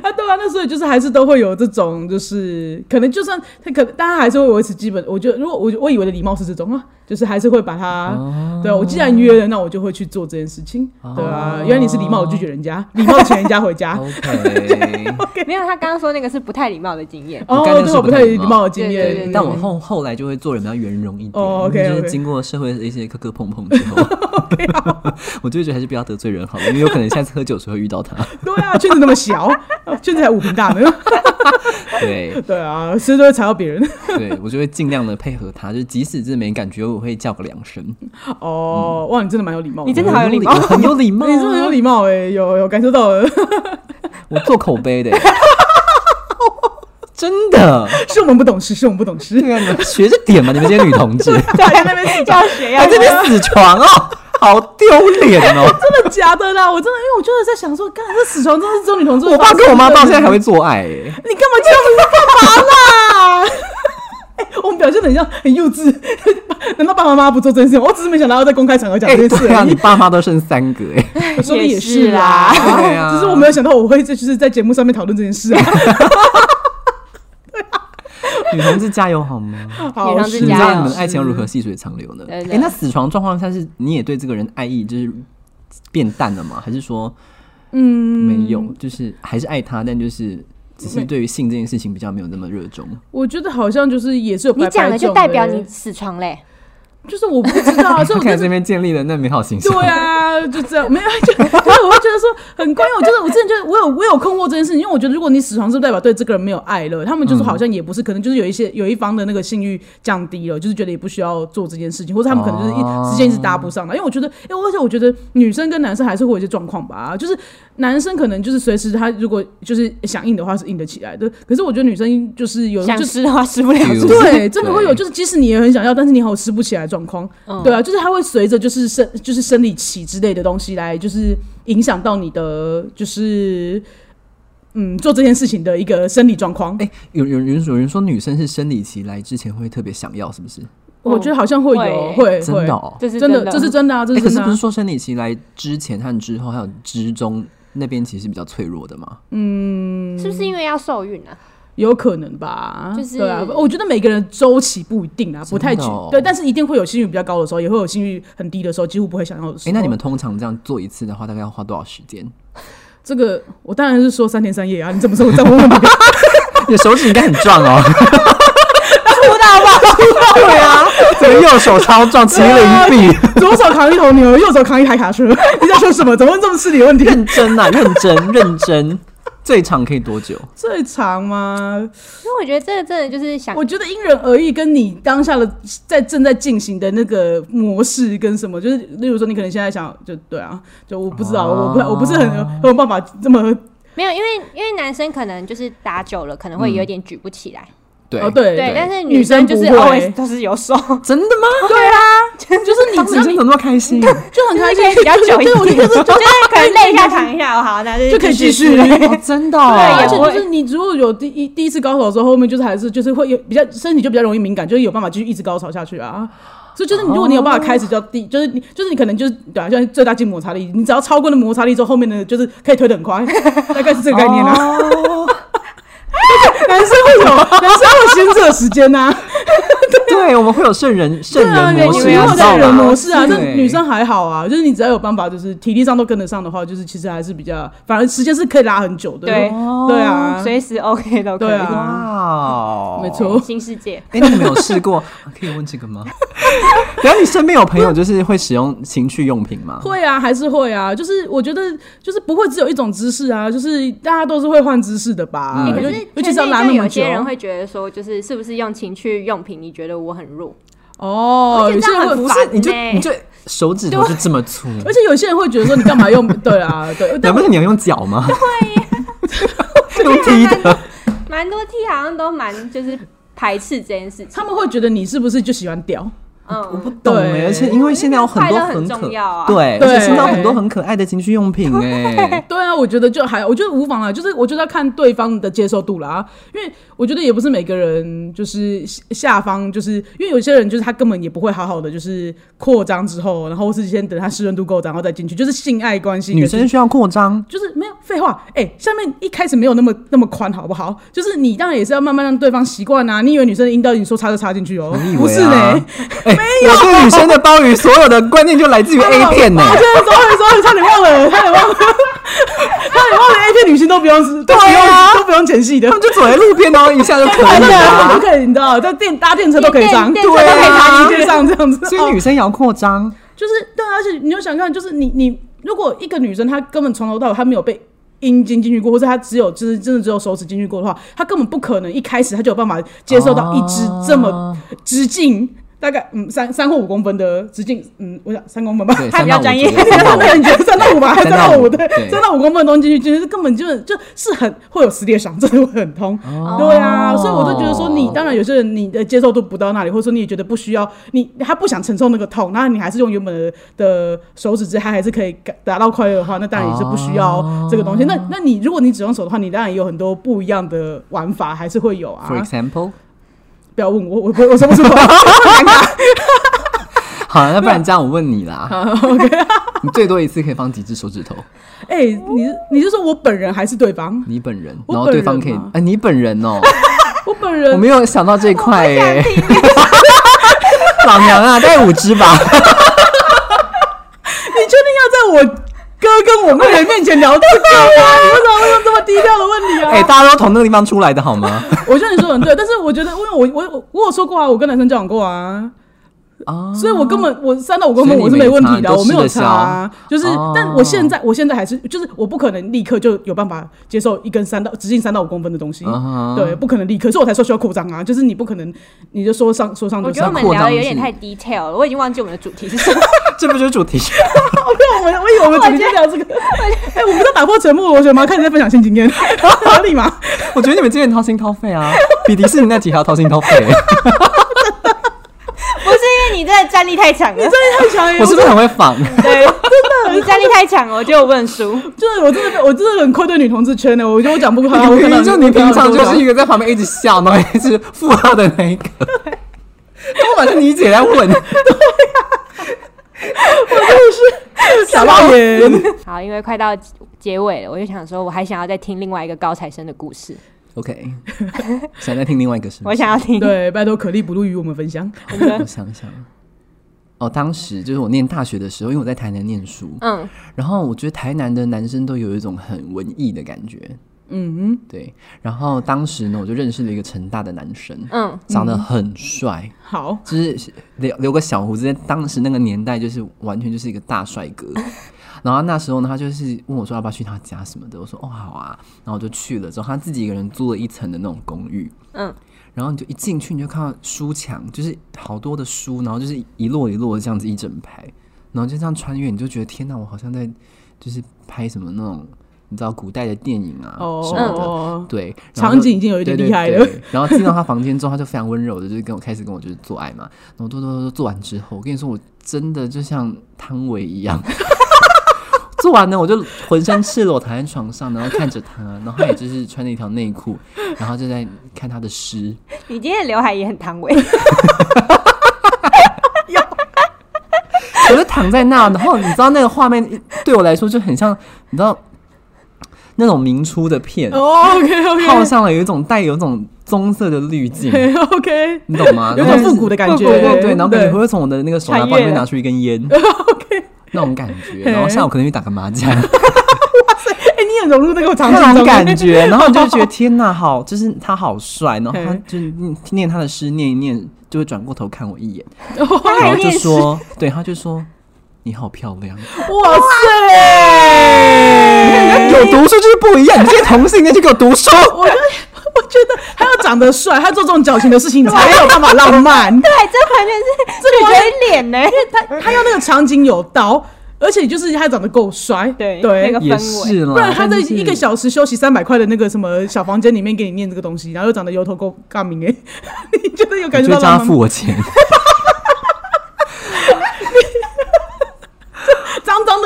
Speaker 1: 啊，对啊，那所以就是还是都会有这种，就是可能就算他可，大家还是会维持基本。我觉得如果我我以为的礼貌是这种啊，就是还是会把它，对、啊、我既然约了，那我就会去做这件事情，对啊
Speaker 3: 哦，
Speaker 1: 原来你是礼貌地拒绝人家，礼貌地请人家回 家。
Speaker 3: OK，
Speaker 2: 没有他刚刚说那个是不太礼貌的经 验，
Speaker 1: 哦，
Speaker 3: 我刚刚
Speaker 1: 对，
Speaker 3: 说
Speaker 1: 我
Speaker 3: 不
Speaker 1: 不太
Speaker 3: 太
Speaker 1: 有
Speaker 3: 礼
Speaker 1: 礼
Speaker 3: 貌
Speaker 1: 貌的经
Speaker 2: 对对
Speaker 1: 验
Speaker 2: 对，
Speaker 3: 但我后后来就会做人比较圆融一点。
Speaker 1: 哦，OK，OK
Speaker 3: 就是经过社会的一些磕磕碰碰之 后，我就会觉得还是不要得罪人好了，因为有可能下次喝酒的时候会遇到他。
Speaker 1: 对啊，圈子那么小，圈子才五平大呢，
Speaker 3: 对
Speaker 1: 对啊，所以都会踩到别人。
Speaker 3: 对，我就会尽量的配合他，就是即使是没感觉，我会叫个两声。嗯
Speaker 1: 哦，哇，你真的蛮有礼貌的，
Speaker 2: 你真的好有礼貌
Speaker 3: 我很有礼貌啊，
Speaker 1: 你真的有礼貌哎、有有感受到了，
Speaker 3: 啊我做口碑的耶，真的。
Speaker 1: 是我们不懂事，是我们不懂 事，
Speaker 3: 对啊，你们学着点嘛，你们这些女同志，
Speaker 1: 对，在那边睡觉
Speaker 2: 要学哎 要
Speaker 3: 还这边死床哦，好丢 脸哦！
Speaker 1: 真的 假的啦？我真的，因为我就是在想说，干这死床真的是只有女同志。
Speaker 3: 我爸跟我妈到现在还会，做爱
Speaker 1: 你
Speaker 3: 耶，
Speaker 1: 干嘛这样子？干嘛啦？ 哎我们表现得很像很幼稚， 难道爸爸妈妈不做这件事？我只是没想到要在公开场合讲
Speaker 3: 哎，
Speaker 1: 这件事
Speaker 3: 对啊，
Speaker 1: 而
Speaker 3: 你
Speaker 1: 已。
Speaker 3: 爸妈都生三个哎，
Speaker 1: 我说的 也
Speaker 2: 也是啦
Speaker 3: 对啊
Speaker 1: 只是我没有想到我会在就是在节目上面讨论这件 事啊。
Speaker 3: 女同志加油好吗？
Speaker 1: 好，
Speaker 2: 女同志
Speaker 1: 是
Speaker 3: 你知
Speaker 2: 加油
Speaker 3: 道你们爱情要如何细水长流呢？
Speaker 2: 对对
Speaker 3: 哎，那死床状况下是你也对这个人爱意就是变淡了吗？还是说
Speaker 1: 嗯，
Speaker 3: 没有，就是还是爱他，但就是只是对于性这件事情比较没有那么热衷？
Speaker 1: 我觉得好像就是也是有
Speaker 2: 你
Speaker 1: 白白
Speaker 2: 讲了就
Speaker 1: 种
Speaker 2: 代表
Speaker 1: 的
Speaker 2: 你，死床嘞，
Speaker 1: 就是我不知道啊， 所以我就
Speaker 3: 看来
Speaker 1: 是
Speaker 3: 这边建立了那美好形象。
Speaker 1: 对啊，就这样，没有就，然后我会觉得说很怪，因为我就是我之前就我有我有困惑这件事情，因为我觉得如果你死床是不是代表对这个人没有爱了，他们就是好像也不是，可能就是有一些有一方的那个性欲降低了，就是觉得也不需要做这件事情，或者他们可能就是一、
Speaker 3: 哦
Speaker 1: 时间一直搭不上了，因为我觉得，因为而且我觉得女生跟男生还是会有一些状况吧，就是男生可能就是随时他如果就是想硬的话是硬得起来的，可是我觉得女生就是有
Speaker 2: 想
Speaker 1: 就是。
Speaker 2: 吃的话吃不了，
Speaker 3: 比如
Speaker 1: 对，真的会有，
Speaker 3: 对
Speaker 1: 就是即使你也很想要，但是你好吃不起来的状况，对啊，就是它会随着就是生就是生理期之类的东西来，就是影响到你的就是嗯做这件事情的一个生理状况。
Speaker 3: 哎、有有人有人说女生是生理期来之前会特别想要，是不是？
Speaker 1: 我觉得好像会有
Speaker 2: 会
Speaker 1: 会
Speaker 3: 真
Speaker 1: 会
Speaker 3: 的哦、
Speaker 2: 这是
Speaker 1: 真
Speaker 2: 的
Speaker 1: 的，这是真的啊，这
Speaker 3: 哎、
Speaker 1: 是
Speaker 3: 可
Speaker 1: 真
Speaker 3: 是
Speaker 1: 的
Speaker 3: 不是
Speaker 1: 啊。
Speaker 3: 说生理期来之前和之后，还有之中那边其实比较脆弱的吗？
Speaker 1: 嗯
Speaker 2: 是不是因为要受孕啊？
Speaker 1: 有可能吧，
Speaker 2: 就是
Speaker 1: 对啊，我觉得每个人周期不一定啊，不太
Speaker 3: 真的哦
Speaker 1: 对，但是一定会有性欲比较高的时候，也会有性欲很低的时候，几乎不会想要的时
Speaker 3: 哎、
Speaker 1: 候。
Speaker 3: 那你们通常这样做一次的话，大概要花多少时间？
Speaker 1: 这个，我当然是说三天三夜啊，你怎么说我再问问你？
Speaker 3: 你的手指应该很壮哦、
Speaker 2: 不到吧？
Speaker 3: 对啊，这个右手超壮，麒麟臂，
Speaker 1: 左手扛一头牛，右手扛一台卡车， 你在说什么？怎么问这么失礼的问题？
Speaker 3: 认真啊，认真，认真。最长可以多久？
Speaker 1: 最长吗？
Speaker 2: 因为我觉得这个真的就是想
Speaker 1: 我觉得因人而异，跟你当下的在正在进行的那个模式跟什么，就是例如说你可能现在想，就对啊，就我不知道，
Speaker 3: 哦
Speaker 1: 我不我不是很很有办法这么
Speaker 2: 没有，因为因为男生可能就是打久了，可能会有
Speaker 3: 嗯
Speaker 2: 点举不起来，
Speaker 3: 对，
Speaker 1: 哦，对
Speaker 2: 对，但是
Speaker 1: 女
Speaker 2: 生
Speaker 1: 生
Speaker 2: 就是
Speaker 1: 不会
Speaker 2: always 都是 有手，
Speaker 3: 真的吗？对啊，
Speaker 1: 就是你
Speaker 3: 女
Speaker 1: 只要
Speaker 3: 生怎
Speaker 1: 你
Speaker 3: 么那么开心？
Speaker 1: 就 很开心
Speaker 2: 就是可以，比较久一
Speaker 1: 对，
Speaker 2: 点，
Speaker 1: 我就觉得
Speaker 2: 就是可能累一下躺一下，哦好，那就
Speaker 1: 就可以继续。
Speaker 3: 哦，真的哦、
Speaker 2: 对
Speaker 1: 而且
Speaker 2: 我
Speaker 1: 就
Speaker 2: 会
Speaker 1: 是你如果有第一第一次高潮的时候，后面就是还是就是会有比较身体就比较容易敏感，就是有办法继续一直高潮下去啊。所以就是你，如果你有办法开始叫第，就是你就是你可能就是对啊，像最大静摩擦力，你只要超过那摩擦力之后，后面的就是可以推得很快，大概是这个概念啊。
Speaker 3: 哦
Speaker 1: 男生会有，男生会先热时间呐、啊，
Speaker 3: 对，我们会有圣人圣
Speaker 1: 对啊，
Speaker 3: 人模
Speaker 1: 你
Speaker 3: 式，
Speaker 1: 们有
Speaker 3: 你知道
Speaker 1: 在人
Speaker 3: 吗
Speaker 1: 模式啊，那
Speaker 3: 对
Speaker 1: 女生还好啊，就是你只要有办法，就是体力上都跟得上的话，就是其实还是比较，反而时间是可以拉很久的。
Speaker 2: 对嗯
Speaker 1: 对啊，
Speaker 2: 随时 OK 都可
Speaker 1: 对
Speaker 2: 以。
Speaker 1: 啊
Speaker 3: 哇，
Speaker 1: 没错。
Speaker 2: 新世界，
Speaker 3: 哦哎、你们有试过？可以问这个吗？ 然后你身边有朋友就是会使用情趣用品吗？
Speaker 1: 会啊，还是会啊，就是我觉得就是不会只有一种姿势啊，就是大家都是会换姿势的吧。
Speaker 2: 欸
Speaker 1: 尤
Speaker 2: 可是
Speaker 1: 嗯尤其
Speaker 2: 圈
Speaker 1: 是要
Speaker 2: 内
Speaker 1: 拉
Speaker 2: 就
Speaker 1: 那么
Speaker 2: 有
Speaker 1: 久
Speaker 2: 些人会觉得说，就是是不是用情趣用品？你觉得我很弱？
Speaker 1: 哦，
Speaker 2: 而且
Speaker 1: 有
Speaker 2: 这
Speaker 1: 些
Speaker 2: 样
Speaker 1: 人
Speaker 2: 很
Speaker 1: 会。
Speaker 3: 不
Speaker 2: 烦
Speaker 3: 是， 你就
Speaker 2: 呢
Speaker 3: 你就手指头就这么粗，
Speaker 1: 而且有些人会觉得说你干嘛用 对啊对，
Speaker 3: 难
Speaker 1: 但
Speaker 3: 不成你要用脚吗？对， 用踢的。
Speaker 2: 蛮多 T 好像都蛮就是排斥这件事情。
Speaker 1: 他们会觉得你是不是就喜欢屌？
Speaker 3: 我不
Speaker 2: 嗯，
Speaker 3: 懂
Speaker 1: 对
Speaker 3: 哎，而且因为现在有很多
Speaker 2: 快乐很
Speaker 3: 可
Speaker 2: 重要啊
Speaker 3: 对，而
Speaker 1: 对
Speaker 3: 且现在有很多很可爱的情趣用品哎，
Speaker 1: 对啊，我觉得就还，我觉得无妨啦，就是我觉得要看对方的接受度啦，因为我觉得也不是每个人就是下下方，就是因为有些人就是他根本也不会好好的就是扩张之后，然后是先等他湿润度够，然后再进去，就是性爱关系。
Speaker 3: 女生需要扩张，
Speaker 1: 就是没有废话，哎、下面一开始没有那么那么宽，好不好？就是你当然也是要慢慢让对方习惯啊。你以为女生的阴道你说插就插进去哦、
Speaker 3: 你以
Speaker 1: 不
Speaker 3: 为
Speaker 1: 是
Speaker 3: 啊
Speaker 1: 呢？
Speaker 3: 哎，我对女生的包鱼所有的观念就来 自于 A 片欸呢
Speaker 1: 哦我，真的终于终于差点忘了，差点忘了，差点忘了 A 片女星都不用都不用、都不用前戏的
Speaker 3: 啊他，们就走在路边，然哦后一下就可以
Speaker 1: 对啊，
Speaker 3: 了
Speaker 1: 都。可以，你知道，在电搭电车都可以上，
Speaker 2: 电
Speaker 1: 都
Speaker 2: 电
Speaker 1: 可以
Speaker 2: 车
Speaker 3: 都可以
Speaker 1: 搭
Speaker 3: 上
Speaker 1: 一上这样子，
Speaker 3: 所以女生也要扩张，
Speaker 1: 就是对啊，而且你就想看，就是你你如果一个女生她根本从头到尾她没有被阴茎进去过，或者她只有就是真的只有手指进去过的话，她根本不可能一开始她就有办法接受到一只这么
Speaker 3: 啊
Speaker 1: 直径。大概嗯三三或五公分的直径，嗯，我想三公分吧，
Speaker 3: 对，
Speaker 2: 他比较
Speaker 3: 3到5
Speaker 2: 专业
Speaker 3: 左右3 到5
Speaker 1: 对，你觉得三到五吧，还是
Speaker 3: 三
Speaker 1: 三
Speaker 3: 到
Speaker 1: 到
Speaker 3: 五
Speaker 1: 五对，
Speaker 3: 对
Speaker 1: 三到五公分的东西进去，其实根本就是就是很会有撕裂伤，真的会很痛。
Speaker 3: 哦
Speaker 1: 对啊，所以我就觉得说你，当然有些人你的呃接受度不到那里，或者说你也觉得不需要，你他不想承受那个痛，那你还是用原本的的手指之他还是可以感达到快乐的话，那当然也是不需要这个东西。
Speaker 3: 哦
Speaker 1: 那那你如果你只用手的话，你当然也有很多不一样的玩法，还是会有 啊。
Speaker 3: For example，
Speaker 1: 不要问我，我我我说不出口，尴尬。
Speaker 3: 好，那不然这样我问你啦，你最多一次可以放几只手指头？
Speaker 1: 哦哎、你是你是说我本人还是对方？
Speaker 3: 你本人，
Speaker 1: 我
Speaker 3: 然后
Speaker 1: 本
Speaker 3: 对
Speaker 1: 人
Speaker 3: 方可以
Speaker 1: 吗，
Speaker 3: 哎，你本 人哦，
Speaker 1: 我本人
Speaker 3: 我没有想到这一块 哎，老娘啊，大概五只吧，
Speaker 1: 你确定要在我哥跟我妹妹面前聊这个吗？你为什么会用这么低调的问题啊？
Speaker 3: 哎，大家都从那个地方出来的好吗？
Speaker 1: 我觉得你说得很对，但是我觉得，因为我我我我有说过啊，我跟男生交往过啊，
Speaker 3: 啊，
Speaker 1: 所以我根本我三到五公分
Speaker 3: 所以你
Speaker 1: 我是没问题
Speaker 3: 没
Speaker 1: 的
Speaker 3: 差
Speaker 1: 啊，我没有
Speaker 3: 都吃
Speaker 1: 差
Speaker 3: 得消
Speaker 1: 啊，就是，
Speaker 3: 哦
Speaker 1: 但我现在我现在还是就是我不可能立刻就有办法接受一根三到直径三到五公分的东西。
Speaker 3: 嗯哼
Speaker 1: 对，不可能立刻，所以我才说需要扩张啊！就是你不可能，你就说上说上
Speaker 2: 我
Speaker 1: 就
Speaker 2: 觉得
Speaker 1: 上
Speaker 2: 我。们
Speaker 3: 扩
Speaker 2: 聊的
Speaker 3: 张
Speaker 2: 有点
Speaker 3: 是
Speaker 2: 太 detail 了，我已经忘记我们的主题是什么。
Speaker 3: 这不就是主题？
Speaker 1: 哦，对，我 们我以为我们今天聊这个，哎，我们在打破沉默，我觉得吗？看你在分享性经验， 合理吗？
Speaker 3: 我觉得你们之前掏心掏肺啊，比迪士尼那集还要掏心掏肺。
Speaker 2: 不是因为你真的战力太强了，
Speaker 1: 哎真的太强了！
Speaker 3: 我是不是很会仿？
Speaker 2: 对，真的，你战力太强了，我觉得我不能输。
Speaker 1: 就是我真的被我真的很愧对女同志圈的，我觉得我讲不开，我可
Speaker 3: 明
Speaker 1: 能
Speaker 3: 明 就你平常就是一
Speaker 1: 个
Speaker 3: 个在旁边一直笑，然后一直附和的那一 个， 根本是你姐在混，
Speaker 1: 傻爆眼。
Speaker 2: 好，因为快到结尾了，我就想说，我还想要再听另外一个高材生的故事，
Speaker 3: OK，想再听另外一个是吗
Speaker 2: 我？想要听。
Speaker 1: 对，拜托可丽不露与我们分享。
Speaker 3: 我想想，哦，当时就是我念大学的时候，因为我在台南念书，
Speaker 2: 嗯，
Speaker 3: 然后我觉得台南的男生都有一种很文艺的感觉，
Speaker 1: 嗯，
Speaker 3: 对。然后当时呢，我就认识了一个成大的男生，
Speaker 2: 嗯，
Speaker 3: 长得很帅，
Speaker 1: 好，
Speaker 3: 就是留留个小胡子，在当时那个年代就是完全就是一个大帅 哥。然后那时候呢，他就是问我说要不要去他家什么的，我说哦好啊，然后我就去了。之后他自己一个人租了一层的那种公寓，
Speaker 2: 嗯，
Speaker 3: 然后你就一进去你就看到书墙，就是好多的书，然后就是一摞一摞这样子一整排，然后就这样穿越，你就觉得天哪，我好像在就是拍什么那种你知道古代的电影啊什么的，
Speaker 1: 哦，
Speaker 3: 对，然
Speaker 1: 场
Speaker 3: 后就
Speaker 1: 景已经有一点厉害
Speaker 3: 嗯对
Speaker 1: 了
Speaker 3: 对。对然后进到他房间之后，他就非常温柔的，就是跟我开始跟我就是做爱嘛。然后做做做做做完之后，我跟你说，我真的就像汤唯一样。 做完呢，我就浑身赤裸躺在床上，然后看着他，然后他也就是穿着一条内裤，然后就在看他的诗。
Speaker 2: 你今天的刘海也很唐伟，
Speaker 3: 我就躺在那，然后你知道那个画面对我来说就很像，你知道那种明初的片，
Speaker 1: 哦，OK
Speaker 3: 套
Speaker 1: OK
Speaker 3: 上了有一种带有一种棕色的 滤镜。
Speaker 1: OK，
Speaker 3: 你懂吗？
Speaker 1: 有
Speaker 3: 然后
Speaker 1: 种
Speaker 3: 就是
Speaker 1: 复古的感觉，
Speaker 3: 对对对，然后可能会从我的那个手拿包里
Speaker 2: 穿越
Speaker 3: 面拿出一 根烟那种感觉，然后下午可能去打个 麻将，
Speaker 1: 哎，你很融入那个场景
Speaker 3: 那
Speaker 1: 中
Speaker 3: 种感。觉， 然后你就觉得天呐，好，就是他好帅，然后他
Speaker 1: 嘿
Speaker 3: 就念念他的诗，念一念就会转过头看我一眼，
Speaker 2: 他
Speaker 3: 然
Speaker 2: 还
Speaker 3: 后就
Speaker 2: 念诗，
Speaker 3: 说，对，他就说你好漂亮，
Speaker 1: 哇塞！
Speaker 3: 有哎读书就是不一样，你这些同性恋就给我读书，
Speaker 1: 我觉得，我觉得他要长得帅，他做这种矫情的 事情，你才有办法浪漫。
Speaker 2: 对，哎这完全是这个人脸呢，
Speaker 1: 他他要那个场景有刀，而且就是他长得够帅，
Speaker 2: 对
Speaker 1: 对
Speaker 2: 那个，
Speaker 3: 也
Speaker 2: 氛围
Speaker 3: 是啦，
Speaker 1: 不然他在
Speaker 3: 但是
Speaker 1: 一个小时休息三百块的那个什么小房间里面给你念这个东西，欸 然后又长得油头够尬明哎，你觉得有
Speaker 3: 我
Speaker 1: 感
Speaker 3: 就
Speaker 1: 觉到
Speaker 3: 叫他
Speaker 1: 浪漫
Speaker 3: 付
Speaker 1: 吗？
Speaker 3: 我钱，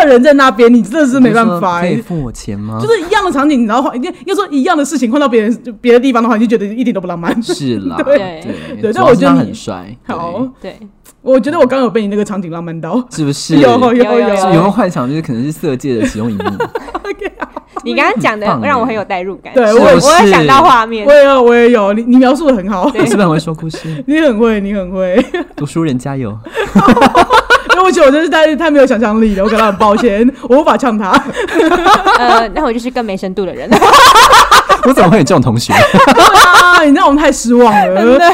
Speaker 1: 的人在那边，你 真的是没办
Speaker 3: 我就说
Speaker 1: 法、
Speaker 3: 可以
Speaker 1: 欸。
Speaker 3: 付我钱吗？
Speaker 1: 就是一样的场景，然后换，应该应该说一样的事情换到别人就别的地方的话，你就觉得一点都不浪 漫。
Speaker 3: 是啦，
Speaker 2: 对
Speaker 3: 对
Speaker 1: 对
Speaker 3: 主
Speaker 1: 但
Speaker 3: 要
Speaker 1: 我
Speaker 3: 是
Speaker 1: 觉得
Speaker 3: 他
Speaker 1: 你
Speaker 3: 很帅，对
Speaker 1: 好，
Speaker 2: 对，
Speaker 1: 我觉得我刚刚有被你那个场景浪漫到，
Speaker 3: 是不是？
Speaker 1: 有有
Speaker 3: 有
Speaker 1: 有
Speaker 2: 有有
Speaker 3: 没有幻想就是可能是色戒的使用荧 幕？
Speaker 2: 你刚刚讲的
Speaker 3: 棒耶
Speaker 2: 让我很有代入感，
Speaker 1: 对
Speaker 2: 我
Speaker 1: 我也
Speaker 2: 我有
Speaker 3: 是
Speaker 2: 想到画面
Speaker 1: 我，也有我也有，你你描述的很好，
Speaker 3: 我是不是很会说故事？
Speaker 1: 你很会，你很会。
Speaker 3: 读书人加油！
Speaker 1: 对不起，我真是太太没有想象力了，我感到很抱歉，我无法呛他。
Speaker 2: 呃，那我就是更没深度的人，
Speaker 3: 我怎么会有这种同 学？
Speaker 1: 啊， 你让我们太失望了，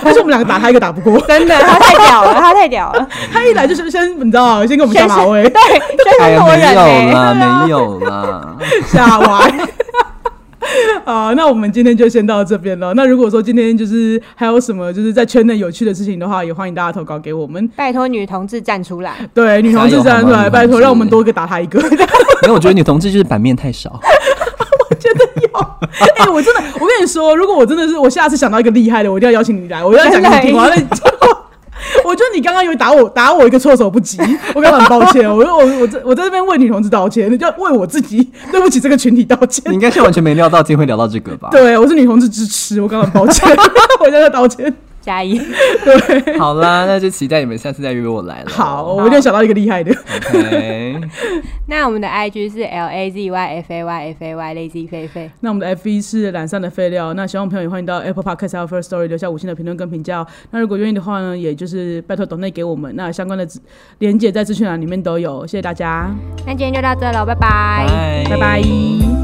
Speaker 1: 而且我们两个打他一个打不过，
Speaker 2: 真的，他太屌了，他太屌了，
Speaker 1: 他一来就先先你知道，先给我们下马威，
Speaker 2: 真
Speaker 3: 哎
Speaker 2: 是
Speaker 3: 呀，
Speaker 2: 多
Speaker 3: 没
Speaker 2: 人欸
Speaker 3: 有
Speaker 2: 呢。
Speaker 3: 啦，没有啦。
Speaker 1: 下 歪。啊，那我们今天就先到这边了。那如果说今天就是还有什么就是在圈内有趣的事情的话，也欢迎大家投稿给我们。
Speaker 2: 拜托女同志站出来，
Speaker 1: 对，女同志站出
Speaker 3: 加油好吗
Speaker 1: 来，
Speaker 3: 女
Speaker 1: 拜托
Speaker 3: 同志
Speaker 1: 让我们多个打他一个。
Speaker 3: 没有，我觉得女同志就是版面太少。
Speaker 1: 哎、我真的，我跟你说，如果我真的是，我下次想到一个厉害的，我一定要邀请你来，我一定要讲给你听。我要让你 我觉得你刚刚有打我，打我一个措手不及，我感到很抱歉。我我我在我在这边为女同志道歉，要为我自己，对不起这个群体道
Speaker 3: 你
Speaker 1: 歉。
Speaker 3: 应该是完全没料到今天会聊到这个吧？
Speaker 1: 对，我是女同志支持，我感到很抱歉， 我在这道歉。
Speaker 2: 加一，
Speaker 3: 好啦，那就期待你们下次再约我来了。
Speaker 1: 好，我一定要想到一个厉害的。
Speaker 3: ，OK，
Speaker 2: 那我们的 IG 是 L A Z Y F A Y F A Y Lazy 菲菲，
Speaker 1: 那我们的 F 一是懒散的废料。那喜欢我们朋友也欢迎到 Apple Podcast 还有 First Story 留下五星的评论跟评价、哦。那如果愿意的话呢，也就是拜托董内给我们。那相关的资连接在资讯栏里面都有，谢谢大家，
Speaker 2: 那今天就到这喽，拜拜。
Speaker 1: 拜拜